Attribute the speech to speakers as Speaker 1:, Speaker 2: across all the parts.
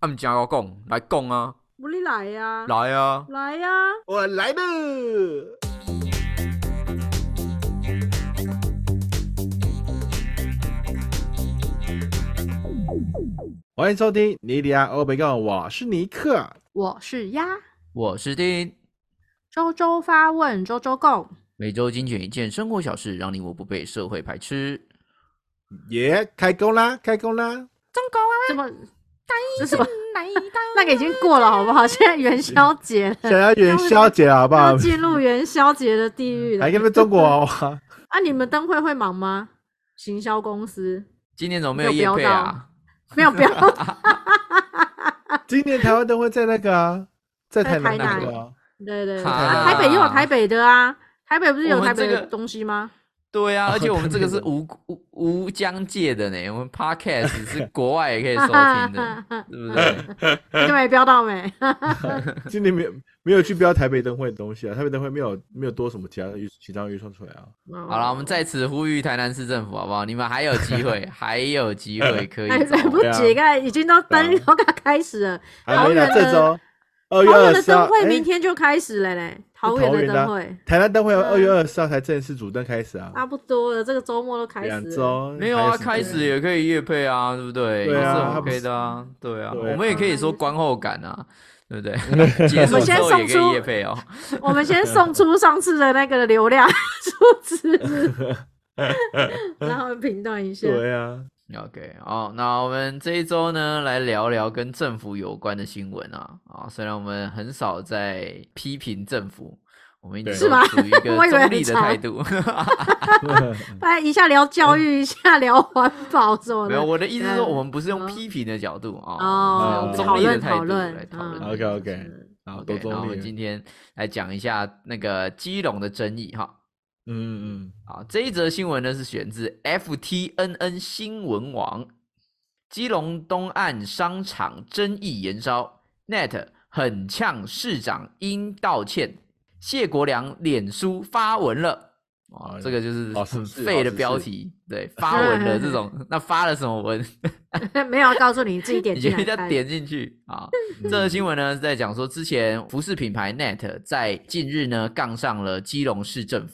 Speaker 1: 按家要讲来讲啊，
Speaker 2: 无你来呀、啊，
Speaker 1: 来啊！
Speaker 2: 来呀、
Speaker 3: 我来了。欢迎收听尼迪亚欧北共，我是尼克。
Speaker 2: 我是鸭，
Speaker 1: 我是丁，
Speaker 2: 周周发问，周周共，
Speaker 1: 每周精选一件生活小事，让你我不被社会排斥。
Speaker 3: 耶、开工啦，开工啦！
Speaker 2: 怎么？这什么？那个已经过了好不好？现在元宵
Speaker 1: 嗯
Speaker 2: 节
Speaker 3: 想要元宵节好不好
Speaker 2: 要？进入元宵节的地
Speaker 1: 嗯
Speaker 2: 狱了
Speaker 3: 来。跟他们中国娃娃，
Speaker 2: 啊，你们灯会会忙吗？行销 公司
Speaker 1: 今年怎么没
Speaker 2: 没有
Speaker 1: 夜
Speaker 2: 标
Speaker 1: 配啊？
Speaker 2: 没有标
Speaker 3: 今年台湾灯会在那 个啊，在台
Speaker 2: 在
Speaker 3: 南那
Speaker 2: 台南
Speaker 3: 个啊，
Speaker 2: 对对对，
Speaker 1: 哈
Speaker 2: 啊台北也有台北的啊，台北不是有
Speaker 1: 我们
Speaker 2: 台北
Speaker 1: 这
Speaker 2: 的
Speaker 1: 个
Speaker 2: 东西 吗？
Speaker 1: 对啊，而且我们这个是
Speaker 3: 对
Speaker 1: 无无无疆界的呢，我们 podcast 是国外也可以收听 的，对不对？
Speaker 2: 你就没标到没？
Speaker 3: 今年没有没有去标台北灯会的东西啊，台北灯会没有没有多什么其他的预其他的预算出来啊。
Speaker 1: 好了，我们 在此呼吁台南市政府好不好？你们还有机 会，还有机会可以
Speaker 2: 来
Speaker 1: 走
Speaker 2: 来哎不
Speaker 3: 对啊
Speaker 2: 及，刚才已经到灯
Speaker 3: 对啊
Speaker 2: 都快开始了，
Speaker 3: 还没呢，
Speaker 2: 桃园的
Speaker 3: 这周二月
Speaker 2: 桃园
Speaker 3: 二
Speaker 2: 的
Speaker 3: 十号，
Speaker 2: 灯会
Speaker 3: 哎
Speaker 2: 明天就开始了嘞，桃园
Speaker 3: 桃
Speaker 2: 的
Speaker 3: 园的啊
Speaker 2: 灯会
Speaker 3: 台南灯会
Speaker 2: 嗯
Speaker 3: 二月二十号才正式主灯开始啊，
Speaker 2: 差不多了，这个周末都开始
Speaker 3: 两
Speaker 2: 了。
Speaker 3: 周
Speaker 1: 没有啊，
Speaker 3: 嗯还
Speaker 1: 开
Speaker 3: 有时
Speaker 1: 始
Speaker 3: 间
Speaker 1: 也可以夜配啊，对不对？
Speaker 3: 对啊
Speaker 1: 也是
Speaker 3: 他不
Speaker 1: OK
Speaker 3: 是
Speaker 1: 的啊，对啊，
Speaker 3: 对啊
Speaker 1: 我们也可以说观后感啊，对不对？结束之后也可以夜配哦。
Speaker 2: 我们先送出上次的那个流量 数字，然后评断一下。
Speaker 3: 对啊，
Speaker 1: OK，好，那我们这一周呢，来聊聊跟政府有关的新闻啊啊，虽然我们很少在批评政府。我们一直
Speaker 3: 是
Speaker 1: 都
Speaker 2: 吗
Speaker 1: 处于一
Speaker 2: 我
Speaker 1: 个
Speaker 2: 以为
Speaker 1: 中立的
Speaker 2: 很
Speaker 1: 态度，
Speaker 3: 啊
Speaker 2: 不然哎一下聊教育，一下聊环保什么
Speaker 1: 没有
Speaker 2: 的。
Speaker 1: 我的意思是说，
Speaker 2: 嗯
Speaker 1: 我们不是用
Speaker 2: 嗯
Speaker 1: 批评的角度啊，
Speaker 2: 哦
Speaker 1: 我们是用
Speaker 3: 讨
Speaker 1: 中立的
Speaker 2: 论
Speaker 1: 态
Speaker 2: 讨
Speaker 1: 度
Speaker 2: 论
Speaker 1: 来讨论
Speaker 2: 嗯
Speaker 1: 这件
Speaker 3: OK，OK
Speaker 1: 事情
Speaker 3: 好，
Speaker 1: OK，
Speaker 3: 都
Speaker 1: 那我
Speaker 3: 中
Speaker 1: 们
Speaker 3: 立
Speaker 1: 今，天来讲一下那个基隆的争议哈。
Speaker 3: 嗯嗯
Speaker 1: 啊，这一则新闻呢是选自 FTNN 新闻网，基隆东岸商场争议延烧，Net 很呛市长应道歉，谢国良脸书发文了。啊，
Speaker 3: 哎
Speaker 1: 这个就是
Speaker 3: 好事
Speaker 1: 很
Speaker 3: 是
Speaker 1: 废
Speaker 3: 好
Speaker 1: 的
Speaker 3: 事
Speaker 1: 标
Speaker 3: 是
Speaker 1: 题，对，发文了这种，那发了什么文？
Speaker 2: 没有告诉你，自己点
Speaker 1: 你
Speaker 2: 进
Speaker 1: 觉
Speaker 2: 来
Speaker 1: 得要
Speaker 2: 看。
Speaker 1: 点进去啊？
Speaker 3: 嗯
Speaker 1: 这则新闻呢是在讲说，之前服饰品牌 Net 在近日呢杠上了基隆市政府，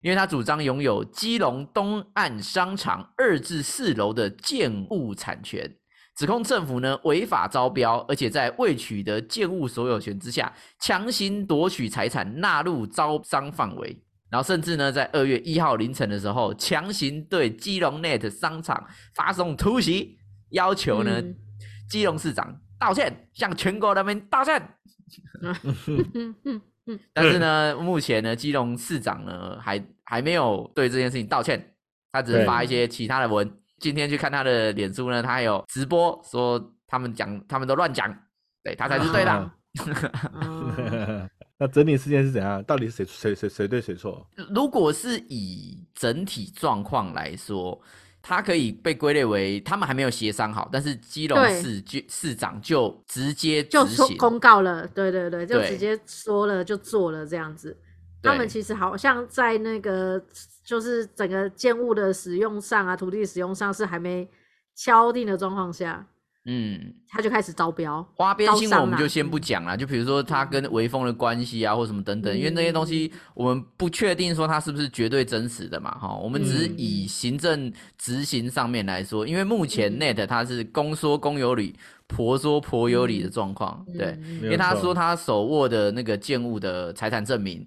Speaker 1: 因为他主张拥有基隆东岸商场二至四楼的建物产权，指控政府呢违法招标，而且在未取得建物所有权之下，强行夺取财产纳入招商范围。然后甚至呢，在二月一号凌晨的时候，强行对基隆 Net 商场发送突袭，要求呢、
Speaker 2: 嗯
Speaker 1: 基隆市长道歉，向全国人民道歉。
Speaker 2: 嗯嗯嗯，
Speaker 1: 但是呢，目前呢，基隆市长呢还还没有对这件事情道歉，他只是
Speaker 3: 对
Speaker 1: 发一些其他的文。今天去看他的脸书呢，他还有直播说他们讲，他们都乱讲，对他才是对的
Speaker 3: 啊。
Speaker 2: 哦
Speaker 3: 嗯， 那整体事件是怎样？到底谁谁谁谁对谁错？
Speaker 1: 如果是以整体状况来说，它可以被归类为他们还没有协商好，但是基隆
Speaker 2: 对
Speaker 1: 市就市长就直接执
Speaker 2: 就说
Speaker 1: 行，
Speaker 2: 公告了，对对对，就
Speaker 1: 对
Speaker 2: 直接说了就做了这样子。
Speaker 1: 对
Speaker 2: 他们其实好像在那个就是整个建物的使用上啊，土地使用上是还没敲定的状况下，
Speaker 1: 嗯，
Speaker 2: 他就开始招标。
Speaker 1: 花边
Speaker 2: 招
Speaker 1: 新闻
Speaker 2: 商
Speaker 1: 我们
Speaker 2: 啦
Speaker 1: 就先不
Speaker 2: 嗯
Speaker 1: 讲啦，就比如说它跟微风的关系啊，或什么等等，因为那些东西
Speaker 2: 嗯
Speaker 1: 我们不确定说它是不是绝对真实的嘛，哈，我们只是以
Speaker 2: 嗯
Speaker 1: 行政执行上面来说，因为目前
Speaker 2: 嗯
Speaker 1: Net 它是公说公有理，婆说婆有理的状况，对，
Speaker 2: 嗯
Speaker 3: 没
Speaker 1: 因
Speaker 3: 有
Speaker 1: 为他
Speaker 3: 错
Speaker 1: 说他手握的那个建物的财产证明，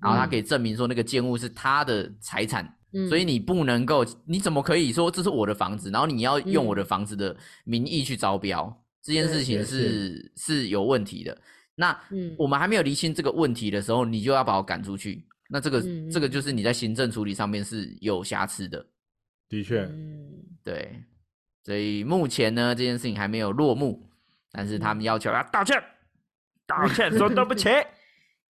Speaker 1: 然
Speaker 3: 嗯
Speaker 1: 后他可以证明说那个建物是他的财产，
Speaker 2: 嗯
Speaker 1: 所以你不能够，你怎么可以说这是我的房子，然后你要用
Speaker 2: 嗯
Speaker 1: 我的房子的名义去招标？这件事情
Speaker 3: 对
Speaker 1: 是是有问题的。那
Speaker 2: 嗯
Speaker 1: 我们还没有厘清这个问题的时候，你就要把我赶出去，那这个、
Speaker 2: 嗯
Speaker 1: 这个就是你在行政处理上面是有瑕疵的，
Speaker 3: 的确，
Speaker 2: 嗯
Speaker 1: 对。所以目前呢，这件事情还没有落幕，但是他
Speaker 2: 嗯
Speaker 1: 们要求他道歉，道歉说对 不起。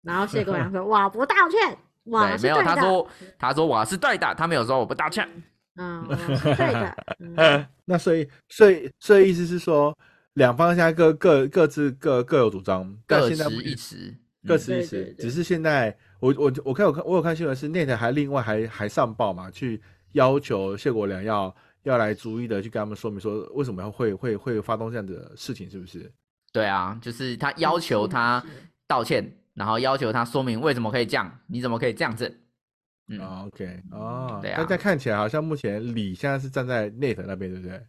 Speaker 2: 然后谢国 良说：“哇，不道歉，哇，
Speaker 1: 对，
Speaker 2: 是
Speaker 1: 没有，
Speaker 2: 对
Speaker 1: 他
Speaker 2: 的
Speaker 1: 说他说我是对的，他没有说我不道歉。
Speaker 2: 嗯，我是对的， 嗯
Speaker 3: 那所以所以所以意思是说，两方现在各各各自各各有主张，但
Speaker 1: 各
Speaker 3: 现在
Speaker 1: 执
Speaker 3: 不
Speaker 1: 一词，
Speaker 3: 各
Speaker 1: 嗯
Speaker 3: 持一
Speaker 2: 对
Speaker 3: 词
Speaker 2: 对，对
Speaker 3: 只是现在我我我看我看我有看新闻是 Net 还另外还还上报嘛，去要求谢国良要要来逐一的去跟他们说明说为什么要会会会发动这样的事情，是不是？
Speaker 1: 对啊，就是他要求
Speaker 2: 嗯
Speaker 1: 他道歉，然后要求他说明为什么可以这样，你怎么可以这样子？嗯，
Speaker 3: 啊，OK，哦，
Speaker 1: 对啊
Speaker 3: 大家看起来好像目前李现在是站在 Net 那边，对不对？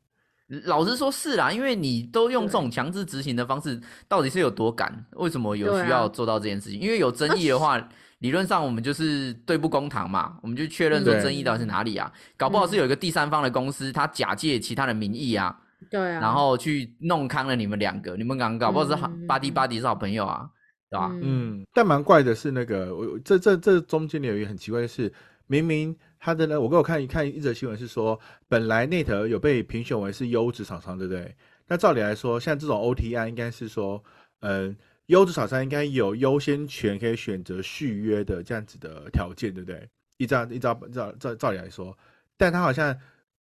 Speaker 1: 老实说，是啦，因为你都用这
Speaker 2: 对
Speaker 1: 种强制执行的方式，到底是有多赶？为什么有
Speaker 2: 对啊啊
Speaker 1: 需要做到这件事情？因为有争议的话，理论上我们就是对簿公堂嘛，我们就确认说
Speaker 2: 嗯
Speaker 3: 对
Speaker 1: 争议到底是哪里啊？搞不好是有一个第三方的公司，他假借其他的名义啊，
Speaker 2: 对啊，
Speaker 1: 然后去弄康了你们两个，你们两个搞不好是好
Speaker 2: 嗯嗯嗯
Speaker 1: 巴迪巴迪是好朋友啊，对吧？
Speaker 3: 嗯，但蛮怪的是那个，我这这这中间有一个很奇怪的是，明明他的呢，呃我给我看一看一则新闻是说，本来 Net 有被评选为是优质厂商，对不对？那照理来说，像这种 OT 案应该是说，嗯，优质厂商应该有优先权可以选择续约的这样子的条件，对不对？依照依照照照照理来说，但他好像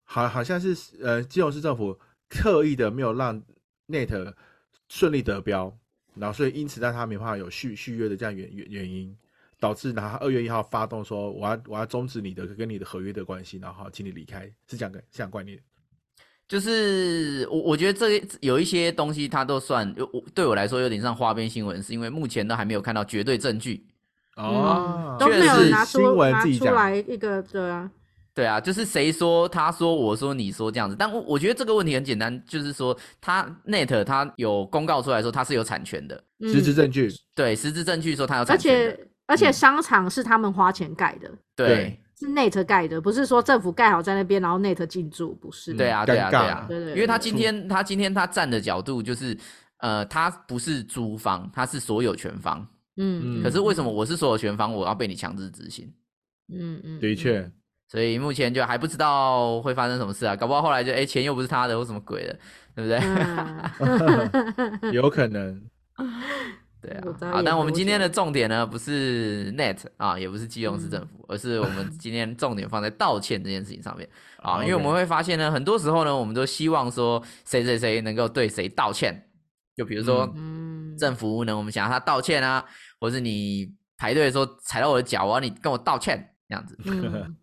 Speaker 3: 好好像是呃，基隆市政府刻意的没有让 Net 顺利得标，然后所以因此让他没办法有续续约的这样原原原因，导致然后二月一号发动说我要我要终止你的跟你的合约的关系，然后请你离开，是这样的是这样观念的。
Speaker 1: 就是我我觉得这有一些东西它都算，我我对我来说有点像花边新闻，是因为目前都还没有看到绝对证据。
Speaker 2: 嗯
Speaker 3: 哦，
Speaker 2: 都没
Speaker 1: 确
Speaker 2: 有
Speaker 1: 实
Speaker 2: 拿
Speaker 3: 新
Speaker 2: 出
Speaker 3: 闻
Speaker 2: 拿
Speaker 3: 自己
Speaker 2: 出
Speaker 3: 讲，
Speaker 2: 来一个对啊，
Speaker 1: 对啊，就是谁说他说我说你说这样子，但我我觉得这个问题很简单，就是说他 Net 他有公告出来说他是有产权的，
Speaker 2: 嗯
Speaker 3: 实质证据，
Speaker 1: 对，实质证据说他有
Speaker 2: 而
Speaker 1: 产权的，
Speaker 2: 且而且
Speaker 1: 嗯
Speaker 2: 商场是他们花钱盖的，
Speaker 1: 对
Speaker 3: 对
Speaker 2: 是 Net 盖的，不是说政府盖好在那边，然后 Net 进驻，不是。
Speaker 1: 对啊
Speaker 3: 嗯
Speaker 1: 对啊
Speaker 3: 尴
Speaker 1: 对
Speaker 3: 尬
Speaker 1: 啊，
Speaker 2: 对对对
Speaker 1: 因为他今天他今天他站的角度就是，呃，他不是租方，他是所有权方，
Speaker 2: 嗯，嗯，
Speaker 3: 嗯
Speaker 1: 可是为什么我是所有权方，我要被你强制执行？
Speaker 2: 嗯嗯，
Speaker 3: 的确，
Speaker 1: 所以目前就还不知道会发生什么事啊，搞不好后来就哎、钱又不是他的或什么鬼的，对不 对？
Speaker 2: 嗯，
Speaker 3: 有可能。
Speaker 1: 对啊
Speaker 2: 我知，道
Speaker 1: 好，
Speaker 2: 也
Speaker 1: 但我们
Speaker 2: 多
Speaker 1: 今天的
Speaker 2: 久
Speaker 1: 重点呢，不是 Net 啊，也不是基隆市政府，而是我们今天重点放在道歉这件事情上面啊，
Speaker 3: 好
Speaker 1: 因为我们
Speaker 3: OK
Speaker 1: 会发现呢，很多时候呢，我们都希望说谁谁谁能够对谁道歉，就比如 说
Speaker 2: 嗯，
Speaker 1: 政府呢，我们想要他道歉啊，或是你排队的时候踩到我的脚，我要你跟我道歉这样子。
Speaker 2: 嗯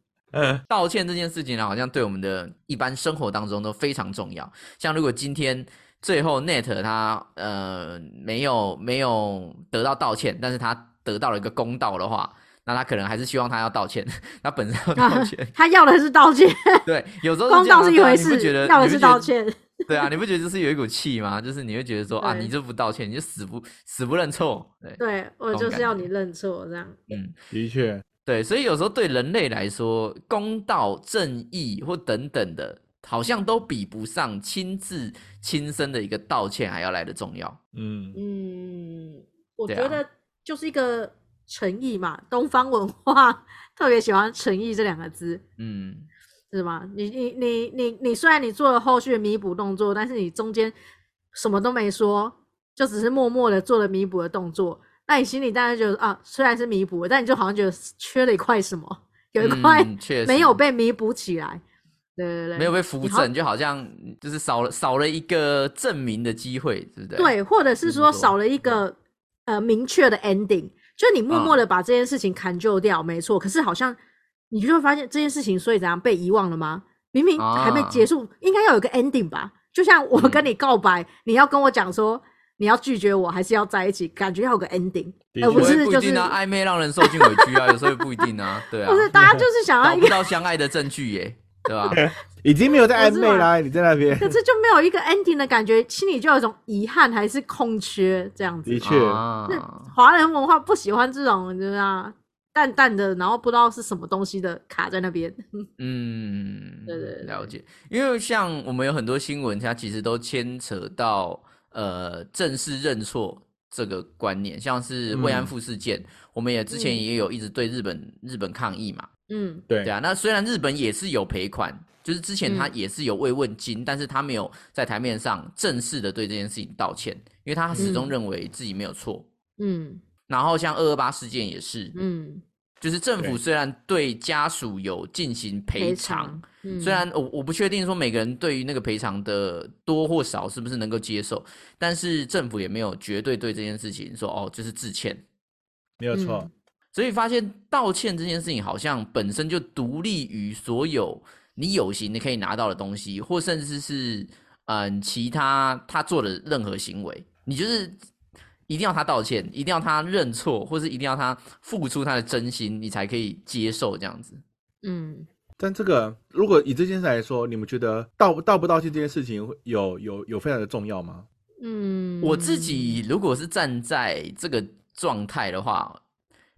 Speaker 1: 道歉这件事情呢，好像对我们的一般生活当中都非常重要。像如果今天最后 Net 他呃没有没有得到道歉，但是他得到了一个公道的话，那他可能还是希望他要道歉， 他本身要道 歉。
Speaker 2: 他要的是道歉，
Speaker 1: 对，有 时候
Speaker 2: 公
Speaker 1: 这样
Speaker 2: 道
Speaker 1: 啊
Speaker 2: 是一
Speaker 1: 对啊
Speaker 2: 回
Speaker 1: 你不觉
Speaker 2: 事，
Speaker 1: 得
Speaker 2: 要
Speaker 1: 你
Speaker 2: 的
Speaker 1: 不觉
Speaker 2: 是
Speaker 1: 得
Speaker 2: 道歉。
Speaker 1: 对啊，你不觉得就是有一股气吗？就是你会觉得说啊，
Speaker 2: 对
Speaker 1: 你就不道歉，你就死不死不认错。对，
Speaker 2: 对我
Speaker 1: 种
Speaker 2: 就是
Speaker 1: 感
Speaker 2: 要
Speaker 1: 觉
Speaker 2: 你认错，这样。
Speaker 1: 嗯，
Speaker 3: 的确，
Speaker 1: 对，所以有时候对人类来说，公道、正义或等等的，好像都比不上亲自亲身的一个道歉还要来的重要。
Speaker 3: 嗯，
Speaker 2: 嗯，我
Speaker 1: 对
Speaker 2: 觉
Speaker 1: 啊
Speaker 2: 得就是一个诚意嘛，东方文化 特别喜欢诚意这两个字，
Speaker 1: 嗯，
Speaker 2: 是吗？你你你你你，虽然你做了后续的弥补动作，但是你中间什么都没说，就只是默默的做了弥补的动作，那你心里当然觉得啊，虽然是弥补了，但你就好像觉得缺了一块什么， 有一块
Speaker 1: 嗯确实
Speaker 2: 没有被弥补起来。对对对，
Speaker 1: 没有被扶
Speaker 2: 你好
Speaker 1: 正，就好像就是少了少了一个证明的机会，对不对？嗯
Speaker 2: 对，或者
Speaker 1: 就是是
Speaker 2: 说
Speaker 1: 说
Speaker 2: 少了一个呃明确的 ending，就你
Speaker 1: 嗯
Speaker 2: 默默的把这件事情砍救掉，没错。可是好像你就会发现这件事情，所以怎样被遗忘了吗？明明还没
Speaker 1: 啊
Speaker 2: 结束，应该要有个 ending 吧？就像我跟
Speaker 1: 嗯
Speaker 2: 你告白，你要跟我讲说你要拒绝我，还是要在一起，感觉要有个 ending，
Speaker 3: 的
Speaker 2: 呃，
Speaker 1: 不
Speaker 2: 不
Speaker 3: 确
Speaker 1: 会
Speaker 2: 是
Speaker 1: 不
Speaker 2: 就
Speaker 1: 一
Speaker 2: 是
Speaker 1: 定啊，暧昧让人受尽委屈啊，有时候也不一定啊，对啊
Speaker 2: 不，是大家就是想要
Speaker 1: 找
Speaker 2: 一
Speaker 1: 不
Speaker 2: 个，
Speaker 1: 到相爱的证据耶，对吧？
Speaker 3: 已经没有在
Speaker 2: 不
Speaker 3: 暧
Speaker 2: 是
Speaker 3: 昧
Speaker 2: 嘛
Speaker 3: 啦，你在那 边，
Speaker 2: 可是就没有一个 ending 的感觉，心里就有一种遗憾还是空缺这样子
Speaker 3: 的。确，
Speaker 1: 啊，
Speaker 2: 华人文化不喜欢这种，你知道淡淡的，然后不知道是什么东西的卡在那边。
Speaker 1: 嗯，
Speaker 2: 对对对
Speaker 1: 了解。因为像我们有很多新闻，它其实都牵扯到呃正式认错这个观念，像是慰安
Speaker 3: 嗯
Speaker 1: 妇事件，我们也之前
Speaker 2: 嗯
Speaker 1: 也有一直对日本、日本抗议嘛，
Speaker 2: 嗯
Speaker 3: 对
Speaker 1: 对啊。那虽然日本也是有赔款，就是之前他
Speaker 2: 嗯
Speaker 1: 也是有慰问金，但是他没有在台面上正式的对这件事情道歉，因为他始终
Speaker 2: 嗯
Speaker 1: 认为自己没有错。
Speaker 2: 嗯
Speaker 1: 然后像二二八事件也是，
Speaker 2: 嗯，
Speaker 1: 就是政府
Speaker 3: 对
Speaker 1: 虽然对家属有进行赔偿，，
Speaker 2: 嗯
Speaker 1: 虽然我我不确定说每个人对于那个赔偿的多或少是不是能够接受，但是政府也没有绝对对这件事情说哦就是致歉，
Speaker 3: 没有错。
Speaker 2: 嗯
Speaker 1: 所以发现道歉这件事情好像本身就独立于所有你有形的可以拿到的东西，或甚至是嗯其他他做的任何行为，你就是一定要他道歉，一定要他认错，或是一定要他付出他的真心，你才可以接受这样子。
Speaker 2: 嗯，
Speaker 3: 但这个如果以这件事来说，你们觉得道道不道歉这件事情会有有有非常的重要吗？
Speaker 2: 嗯，
Speaker 1: 我自己如果是站在这个状态的话，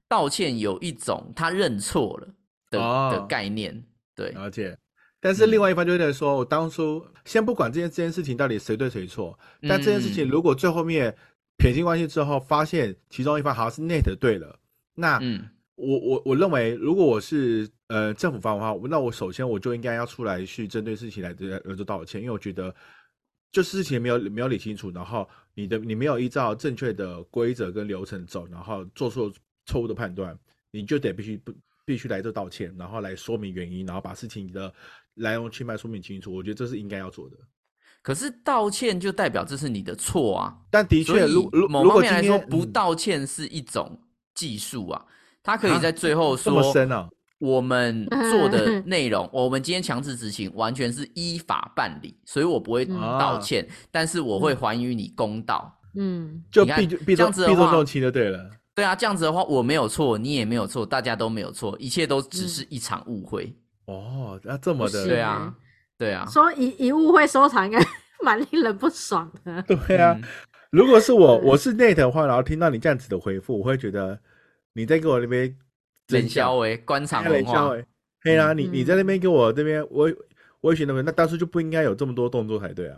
Speaker 1: 道歉有一种他认错了的、的
Speaker 3: 哦呃
Speaker 1: 概念，对，
Speaker 3: 了解。但是另
Speaker 1: 嗯
Speaker 3: 外一方就会说，我当初先不管这件这件事情到底谁对谁错，但这件事情
Speaker 1: 嗯
Speaker 3: 如果最后面撇清关系之后，发现其中一方好像是 Net 对了，那
Speaker 1: 嗯
Speaker 3: 我我我认为，如果我是呃政府方的话，那我首先我就应该要出来去针对事情来来来做道歉，因为我觉得就是事情没有没有理清楚，然后你的你没有依照正确的规则跟流程走，然后做出错误的判断，你就得必须不必须来做道歉，然后来说明原因，然后把事情的来龙去脉说明清楚。我觉得这是应该要做的。
Speaker 1: 可是道歉就代表这是你的错啊，
Speaker 3: 但的
Speaker 1: 所以
Speaker 3: 确，如如
Speaker 1: 某
Speaker 3: 如
Speaker 1: 方
Speaker 3: 果
Speaker 1: 面
Speaker 3: 今
Speaker 1: 来说，
Speaker 3: 天
Speaker 1: 不
Speaker 3: 嗯
Speaker 1: 道歉是一种技术啊，他可以
Speaker 3: 啊
Speaker 1: 在最后
Speaker 3: 这么
Speaker 1: 说，
Speaker 3: 深啊，
Speaker 1: 我们做的内容，我们今天强制执行完全是依法办理，所以我不会
Speaker 2: 嗯
Speaker 1: 道歉，
Speaker 3: 啊
Speaker 1: 但是我会还予你公道。
Speaker 2: 嗯
Speaker 3: 就
Speaker 1: 你看
Speaker 3: 避避
Speaker 1: 这
Speaker 3: 重
Speaker 1: 样子的
Speaker 3: 避重
Speaker 1: 话
Speaker 3: 就轻就对了。
Speaker 1: 对啊，这样子的话，我没有错，你也没有错，大家都没有错，一切都只是一场误会。
Speaker 3: 哦，那这么的
Speaker 2: 嗯是
Speaker 1: 对啊，对啊，
Speaker 2: 说遗遗物会收藏，应该 蛮令人不爽的。
Speaker 3: 对啊，
Speaker 1: 嗯
Speaker 3: 如果是我，
Speaker 2: 对
Speaker 3: 我是 Nate 的话，然后听到你这样子的回复，我会觉得你在给我那边
Speaker 1: 冷笑为官场
Speaker 3: 冷
Speaker 1: 文
Speaker 3: 笑
Speaker 1: 化，
Speaker 3: 哎，嘿啊，你你
Speaker 2: 嗯
Speaker 3: 在那边给我这边，我我也觉得那当初就不应该有这么多动作才对啊。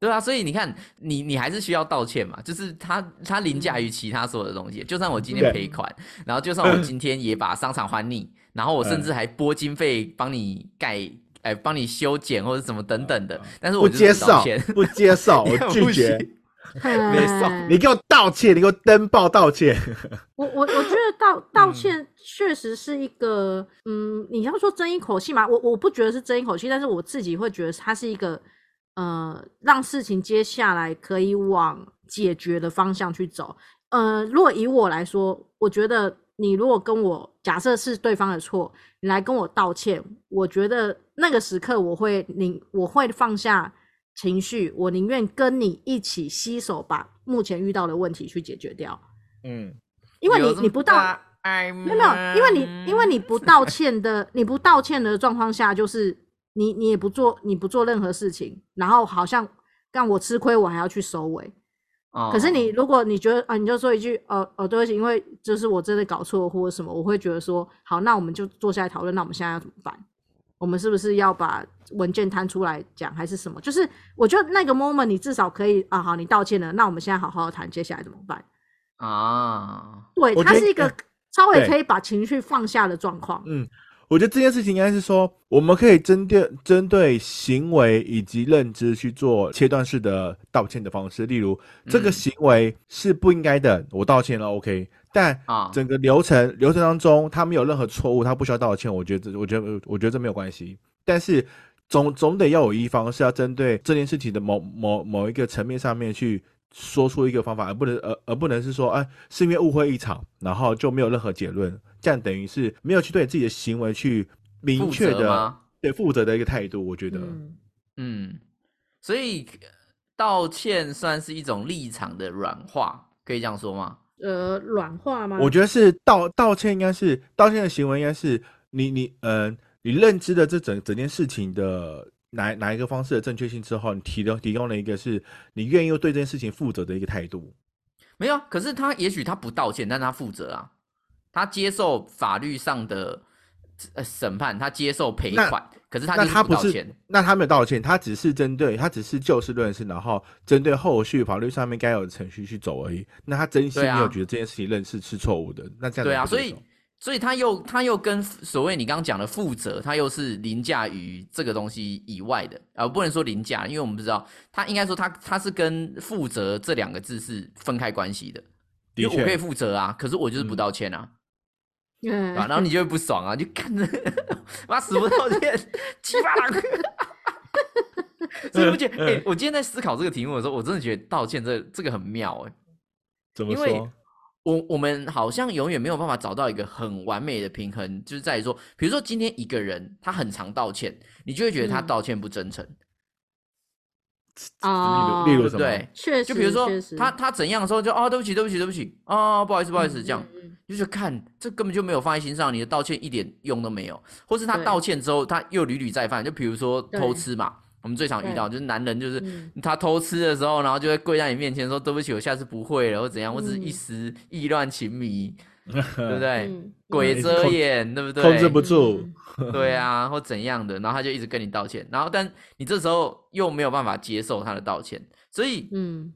Speaker 1: 对啊，所以你看，你你还是需要道歉嘛，就是他他凌驾
Speaker 2: 嗯
Speaker 1: 于其他所有的东西，就算我今天
Speaker 3: 对
Speaker 1: 赔款，然后就算我今天也把商场还你，然后我甚
Speaker 3: 嗯
Speaker 1: 至还拨经费帮你盖，哎、帮你修剪或者什么等等的，但是
Speaker 3: 嗯不
Speaker 1: 我就是
Speaker 3: 接
Speaker 1: 不
Speaker 3: 受
Speaker 1: 道歉，，
Speaker 3: 不接受， 我
Speaker 1: 不
Speaker 3: 拒绝。
Speaker 1: 行
Speaker 2: 没
Speaker 1: 错
Speaker 3: 你给我道歉，你给我登报道歉。
Speaker 2: 我我我觉得道道歉确实是一个，嗯，你要说争一口气嘛，我我不觉得是争一口气，但是我自己会觉得它是一个，呃，让事情接下来可以往解决的方向去走。呃，如果以我来说，我觉得你如果跟我假设是对方的错，你来跟我道歉，我觉得那个时刻我会宁我会放下情绪，我宁愿跟你一起携手把目前遇到的问题去解决掉。
Speaker 3: 嗯，
Speaker 2: 因为
Speaker 1: 有
Speaker 2: 你
Speaker 1: 这
Speaker 2: 你
Speaker 1: 么
Speaker 2: 不道
Speaker 1: 大爱
Speaker 2: 没
Speaker 1: 没
Speaker 2: 有没有，因为
Speaker 3: 嗯
Speaker 2: 你因为你不道歉的， 你不道歉的状况下，就是你你也不做你不做任何事情，然后好像让我吃亏，我还要去收尾。
Speaker 1: 哦
Speaker 3: 哦
Speaker 2: 可是你如果你觉得啊，你就说一句呃呃对不起，因为就是我真的搞错或者什么，我会觉得说好，那我们就坐下来讨论，那我们现在要怎么办？我们是不是要把文件摊出来讲，还是什么？就是我觉得那个 moment 你至少可以啊，好，你道歉了，那我们现在好好地谈接下来怎么办？
Speaker 1: 啊，
Speaker 2: 对，
Speaker 3: 我
Speaker 2: 它
Speaker 3: 觉
Speaker 2: 是一
Speaker 3: 得
Speaker 2: 个稍微
Speaker 3: 对
Speaker 2: 可以把情绪放下的状况。
Speaker 3: 我觉得这件事情应该是说，我们可以针对针对行为以及认知去做切断式的道歉的方式，例如这个
Speaker 1: 嗯
Speaker 3: 行为是不应该的，我道歉了，OK，但
Speaker 1: 啊
Speaker 3: 整个流程流程当中，他没有任何错误，他不需要道歉，我觉得这，我觉得，我觉得这没有关系。但是总总得要有一方是要针对这件事情的某某某一个层面上面去说出一个方法，而不能而而不能是说，哎、是因为误会一场，然后就没有任何结论，这样等于是没有去对自己的行为去明
Speaker 1: 负
Speaker 3: 确
Speaker 1: 责
Speaker 3: 的
Speaker 1: 吗？
Speaker 3: 对负责的一个态度，我觉得，
Speaker 2: 嗯，
Speaker 1: 嗯，所以道歉算是一种立场的软化，可以这样说吗？
Speaker 2: 呃，软化吗？
Speaker 3: 我觉得是道道歉应该是道歉的行为应该是你你嗯、呃你认知的这整整件事情的哪哪一个方式的正确性之后，你提供提供了一个是你愿意对这件事情负责的一个态度。
Speaker 1: 没有啊，可是他也许他不道歉，但他负责啊，他接受法律上的呃审判，他接受赔
Speaker 3: 那
Speaker 1: 款，可是他
Speaker 3: 那
Speaker 1: 就是
Speaker 3: 他
Speaker 1: 不
Speaker 3: 不
Speaker 1: 道
Speaker 3: 是
Speaker 1: 歉。，
Speaker 3: 那他没有道歉，他只是针对他只是就事论事，然后针对后续法律上面该有的程序去走而已。那他真心
Speaker 1: 对啊
Speaker 3: 没有觉得这件事情认识是错误的，那这样
Speaker 1: 对啊，
Speaker 3: 不接
Speaker 1: 所以
Speaker 3: 受
Speaker 1: 所以他又他又跟所谓你刚刚讲的负责，他又是凌驾于这个东西以外的，呃，不能说凌驾，因为我们不知道，他应该说他他是跟负责这两个字是分开关系的。因
Speaker 3: 的
Speaker 1: 为我可以
Speaker 3: 确
Speaker 1: 负责啊，可是我就是不道歉啊，
Speaker 2: 嗯
Speaker 1: 对吧？然后你就会不爽啊，就看着 妈死不道歉， 鸡巴狼。所以我觉得，
Speaker 3: 嗯
Speaker 1: 哎、我今天在思考这个题目的时候，我真的觉得道歉这这个很妙哎、
Speaker 3: 怎么
Speaker 1: 因为
Speaker 3: 说？
Speaker 1: 我我们好像永远没有办法找到一个很完美的平衡，就是在于说，比如说今天一个人他很常道歉，你就会觉得他
Speaker 2: 嗯
Speaker 1: 道歉不真诚，
Speaker 2: 哦，
Speaker 3: 例如例
Speaker 1: 对
Speaker 3: 如什
Speaker 1: 不
Speaker 3: 么
Speaker 1: 对？
Speaker 2: 确实，
Speaker 1: 就比如说
Speaker 2: 确实
Speaker 1: 他他怎样的时候就哦对不起对不起对不起哦不好意思不好意思
Speaker 2: 嗯
Speaker 1: 这样，
Speaker 2: 嗯嗯
Speaker 1: 就是看这根本就没有放在心上，你的道歉一点用都没有，或是他
Speaker 2: 对
Speaker 1: 道歉之后他又屡屡再犯，就比如说偷
Speaker 2: 对
Speaker 1: 吃嘛，我们最常遇到就是男人就是
Speaker 2: 嗯
Speaker 1: 他偷吃的时候，然后就会跪在你面前说对不起我下次不会了或怎样，我只是一
Speaker 2: 嗯
Speaker 1: 时意乱情迷，对不
Speaker 3: 对？
Speaker 1: 对？
Speaker 2: 嗯嗯
Speaker 1: 鬼遮眼，对不对？
Speaker 3: 控制不住，
Speaker 2: 嗯
Speaker 1: 对啊，或怎样的，然后他就一直跟你道歉，然后但你这时候又没有办法接受他的道歉，所以
Speaker 2: 嗯，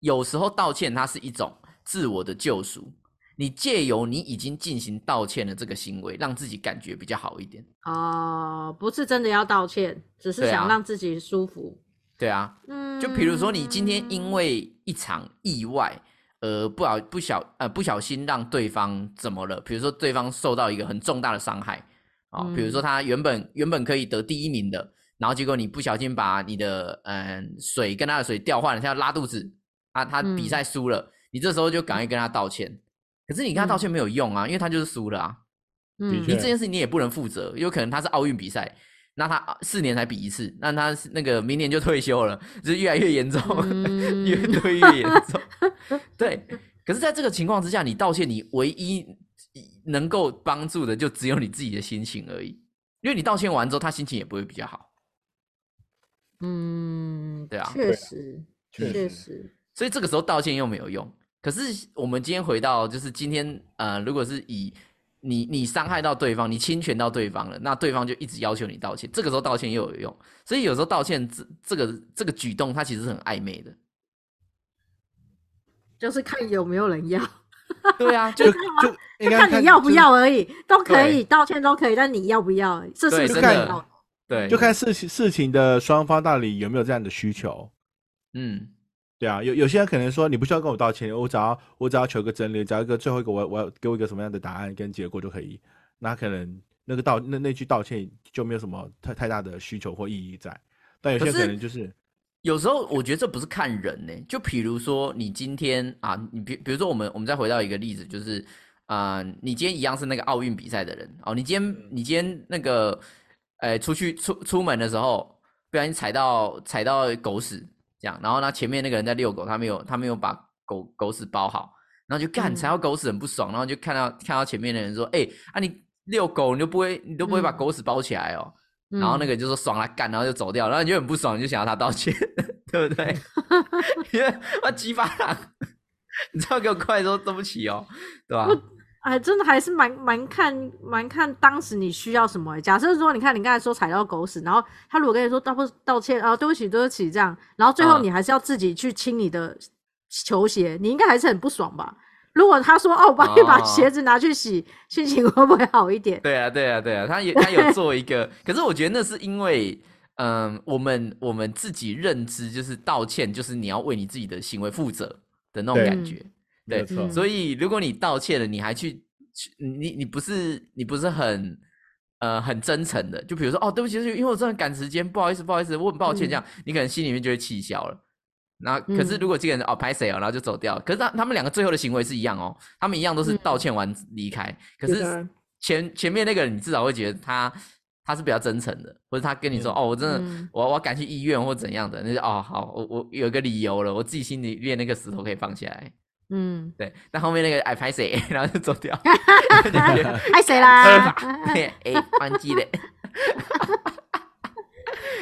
Speaker 1: 有时候道歉它是一种自我的救赎，你借由你已经进行道歉的这个行为，让自己感觉比较好一点。
Speaker 2: 哦，不是真的要道歉，只是
Speaker 1: 对啊
Speaker 2: 想让自己舒服。
Speaker 1: 对啊，
Speaker 2: 嗯，
Speaker 1: 就比如说你今天因为一场意外。呃，不好，不小，呃，不小心让对方怎么了？比如说对方受到一个很重大的伤害啊、
Speaker 2: 嗯
Speaker 1: 比如说他原本原本可以得第一名的，然后结果你不小心把你的嗯水跟他的水调换了，他要拉肚子，啊，他比
Speaker 2: 嗯
Speaker 1: 赛输了，你这时候就赶快跟他道歉。可是你跟他道歉没有用啊，因为他就是输了啊。
Speaker 2: 嗯
Speaker 1: 你
Speaker 3: 确
Speaker 1: 这件事你也不能负责，有可能他是奥运比赛，那他啊四年才比一次，那他是那个明年就退休了，就是越来越严重，
Speaker 2: 嗯
Speaker 1: 越退越严重。对，可是在这个情况之下，你道歉，你唯一能够帮助的就只有你自己的心情而已，因为你道歉完之后，他心情也不会比较好。
Speaker 2: 嗯，
Speaker 1: 对啊
Speaker 2: 确实，
Speaker 3: 确
Speaker 2: 确
Speaker 3: 实
Speaker 2: 实，
Speaker 1: 所以这个时候道歉又没有用。可是我们今天回到，就是今天呃，如果是以你你伤害到对方，你侵权到对方了，那对方就一直要求你道歉，这个时候道歉又有用。所以有时候道歉这这个这个举动，它其实是很暧昧 的。
Speaker 2: 就是看有没有人要，
Speaker 1: 对啊，就
Speaker 3: 就就应该
Speaker 2: 看你要不
Speaker 3: 就
Speaker 2: 要而已，都可
Speaker 1: 对
Speaker 2: 以道歉都可以，但你要不要，这是
Speaker 1: 对
Speaker 2: 不是
Speaker 1: 真
Speaker 2: 你
Speaker 3: 的
Speaker 2: 要？
Speaker 1: 对，
Speaker 3: 就看事情事情的双方到底有没有这样的需求。
Speaker 1: 嗯，
Speaker 3: 对啊，有有些人可能说你不需要跟我道歉，我只要我只要求一个真理，只要一个最后一个我我要给我一个什么样的答案跟结果就可以。那可能那个道那那句道歉就没有什么太太大的需求或意义在。但有些人
Speaker 1: 可是
Speaker 3: 可能就是
Speaker 1: 有时候我觉得这不是看人呢、就比如说你今天啊，你比比如说我们我们再回到一个例子，就是啊、呃你今天一样是那个奥运比赛的人哦，你今天
Speaker 2: 嗯
Speaker 1: 你今天那个，呃，出去出出门的时候不小心踩到踩到狗屎这样，然后呢前面那个人在遛狗，他没有他没有把狗狗屎包好，然后就干
Speaker 2: 嗯
Speaker 1: 踩到狗屎很不爽，然后就看到看到前面的人说，哎、啊你遛狗你都不会你都不会把
Speaker 2: 嗯
Speaker 1: 狗屎包起来哦，然后那个
Speaker 2: 嗯
Speaker 1: 人就说爽了干，然后就走掉，然后你就很不爽，你就想要他道歉， 对不对？因为我鸡巴狼， 你知道给我快说对不起哦，对吧？
Speaker 2: 哎，真的还是蛮蛮看蛮看当时你需要什么欸、假设说，你看你刚才说踩到狗屎，然后他如果跟你说道不道歉啊，对不起，对不起这样，然后最后
Speaker 1: 嗯
Speaker 2: 你还是要自己去清你的球鞋，你应该还是很不爽吧？如果他说哦，我帮你把
Speaker 1: 哦
Speaker 2: 鞋子拿去洗，心情会不会好一点？
Speaker 1: 对啊，对啊，对啊，他也他有做一个，可是我觉得那是因为，嗯，我们我们自己认知就是道歉，就是你要为你自己的行为负责的那种
Speaker 3: 对
Speaker 1: 感觉，
Speaker 3: 没有
Speaker 1: 对，
Speaker 3: 错，
Speaker 2: 嗯
Speaker 1: 所以如果你道歉了，你还去去你你不是你不是很呃很真诚的，就比如说哦对不起，对不起因为我真的赶时间，不好意思不好意思，我很抱歉、
Speaker 2: 嗯
Speaker 1: 这样，你可能心里面就会气消了。然后可是
Speaker 2: 嗯
Speaker 1: 如果这个人、哦拍谁哦，然后就走掉了，可是他他们两个最后的行为是一样哦，他们一样都是道歉完离开，可
Speaker 2: 对
Speaker 1: 是
Speaker 2: 的
Speaker 1: 前前面那个人你至少会觉得他。他是比较真诚的，或者他跟你说、哦，我真的，
Speaker 2: 嗯
Speaker 1: 我我要赶去医院或怎样的，那就哦好，我我有一个理由了，我自己心里面那个石头可以放下来。
Speaker 2: 嗯，
Speaker 1: 对，但后面那个哎拍谁， 然后就走 掉，
Speaker 2: 爱谁啦？
Speaker 1: 哎关机嘞，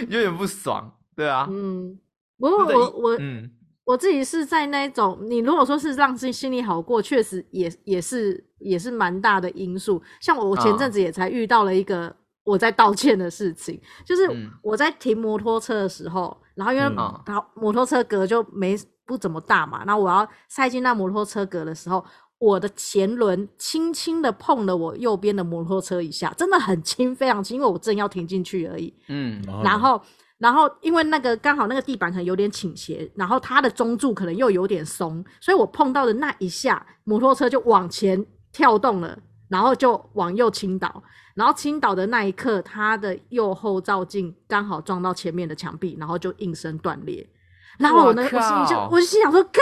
Speaker 1: 有点不爽，对啊，
Speaker 2: 嗯，不过
Speaker 1: 或者
Speaker 2: 我
Speaker 1: 一
Speaker 2: 我
Speaker 1: 嗯，
Speaker 2: 我自己是在那一种，你如果说是让自己心里好过，确实也也是也是蛮大的因素。像我前阵子也才遇到了一个我在道歉的事情，就是
Speaker 1: 嗯
Speaker 2: 我在停摩托车的时候，然后因为
Speaker 3: 嗯
Speaker 1: 哦
Speaker 2: 然后摩托车格就没不怎么大嘛，然后我要塞进那摩托车格的时候，我的前轮轻轻的碰了我右边的摩托车一下，真的很轻，非常轻，因为我正要停进去而已。
Speaker 1: 嗯
Speaker 3: 后呢
Speaker 2: 然后，然后因为那个刚好那个地板可能有点倾斜，然后它的中柱可能又有点松，所以我碰到的那一下，摩托车就往前跳动了，然后就往右倾倒。然后倾倒的那一刻，它的右后照镜刚好撞到前面的墙壁，然后就应声断裂。然后我呢，
Speaker 1: 哇
Speaker 2: 我心里就
Speaker 1: 靠
Speaker 2: 我就心想说，干，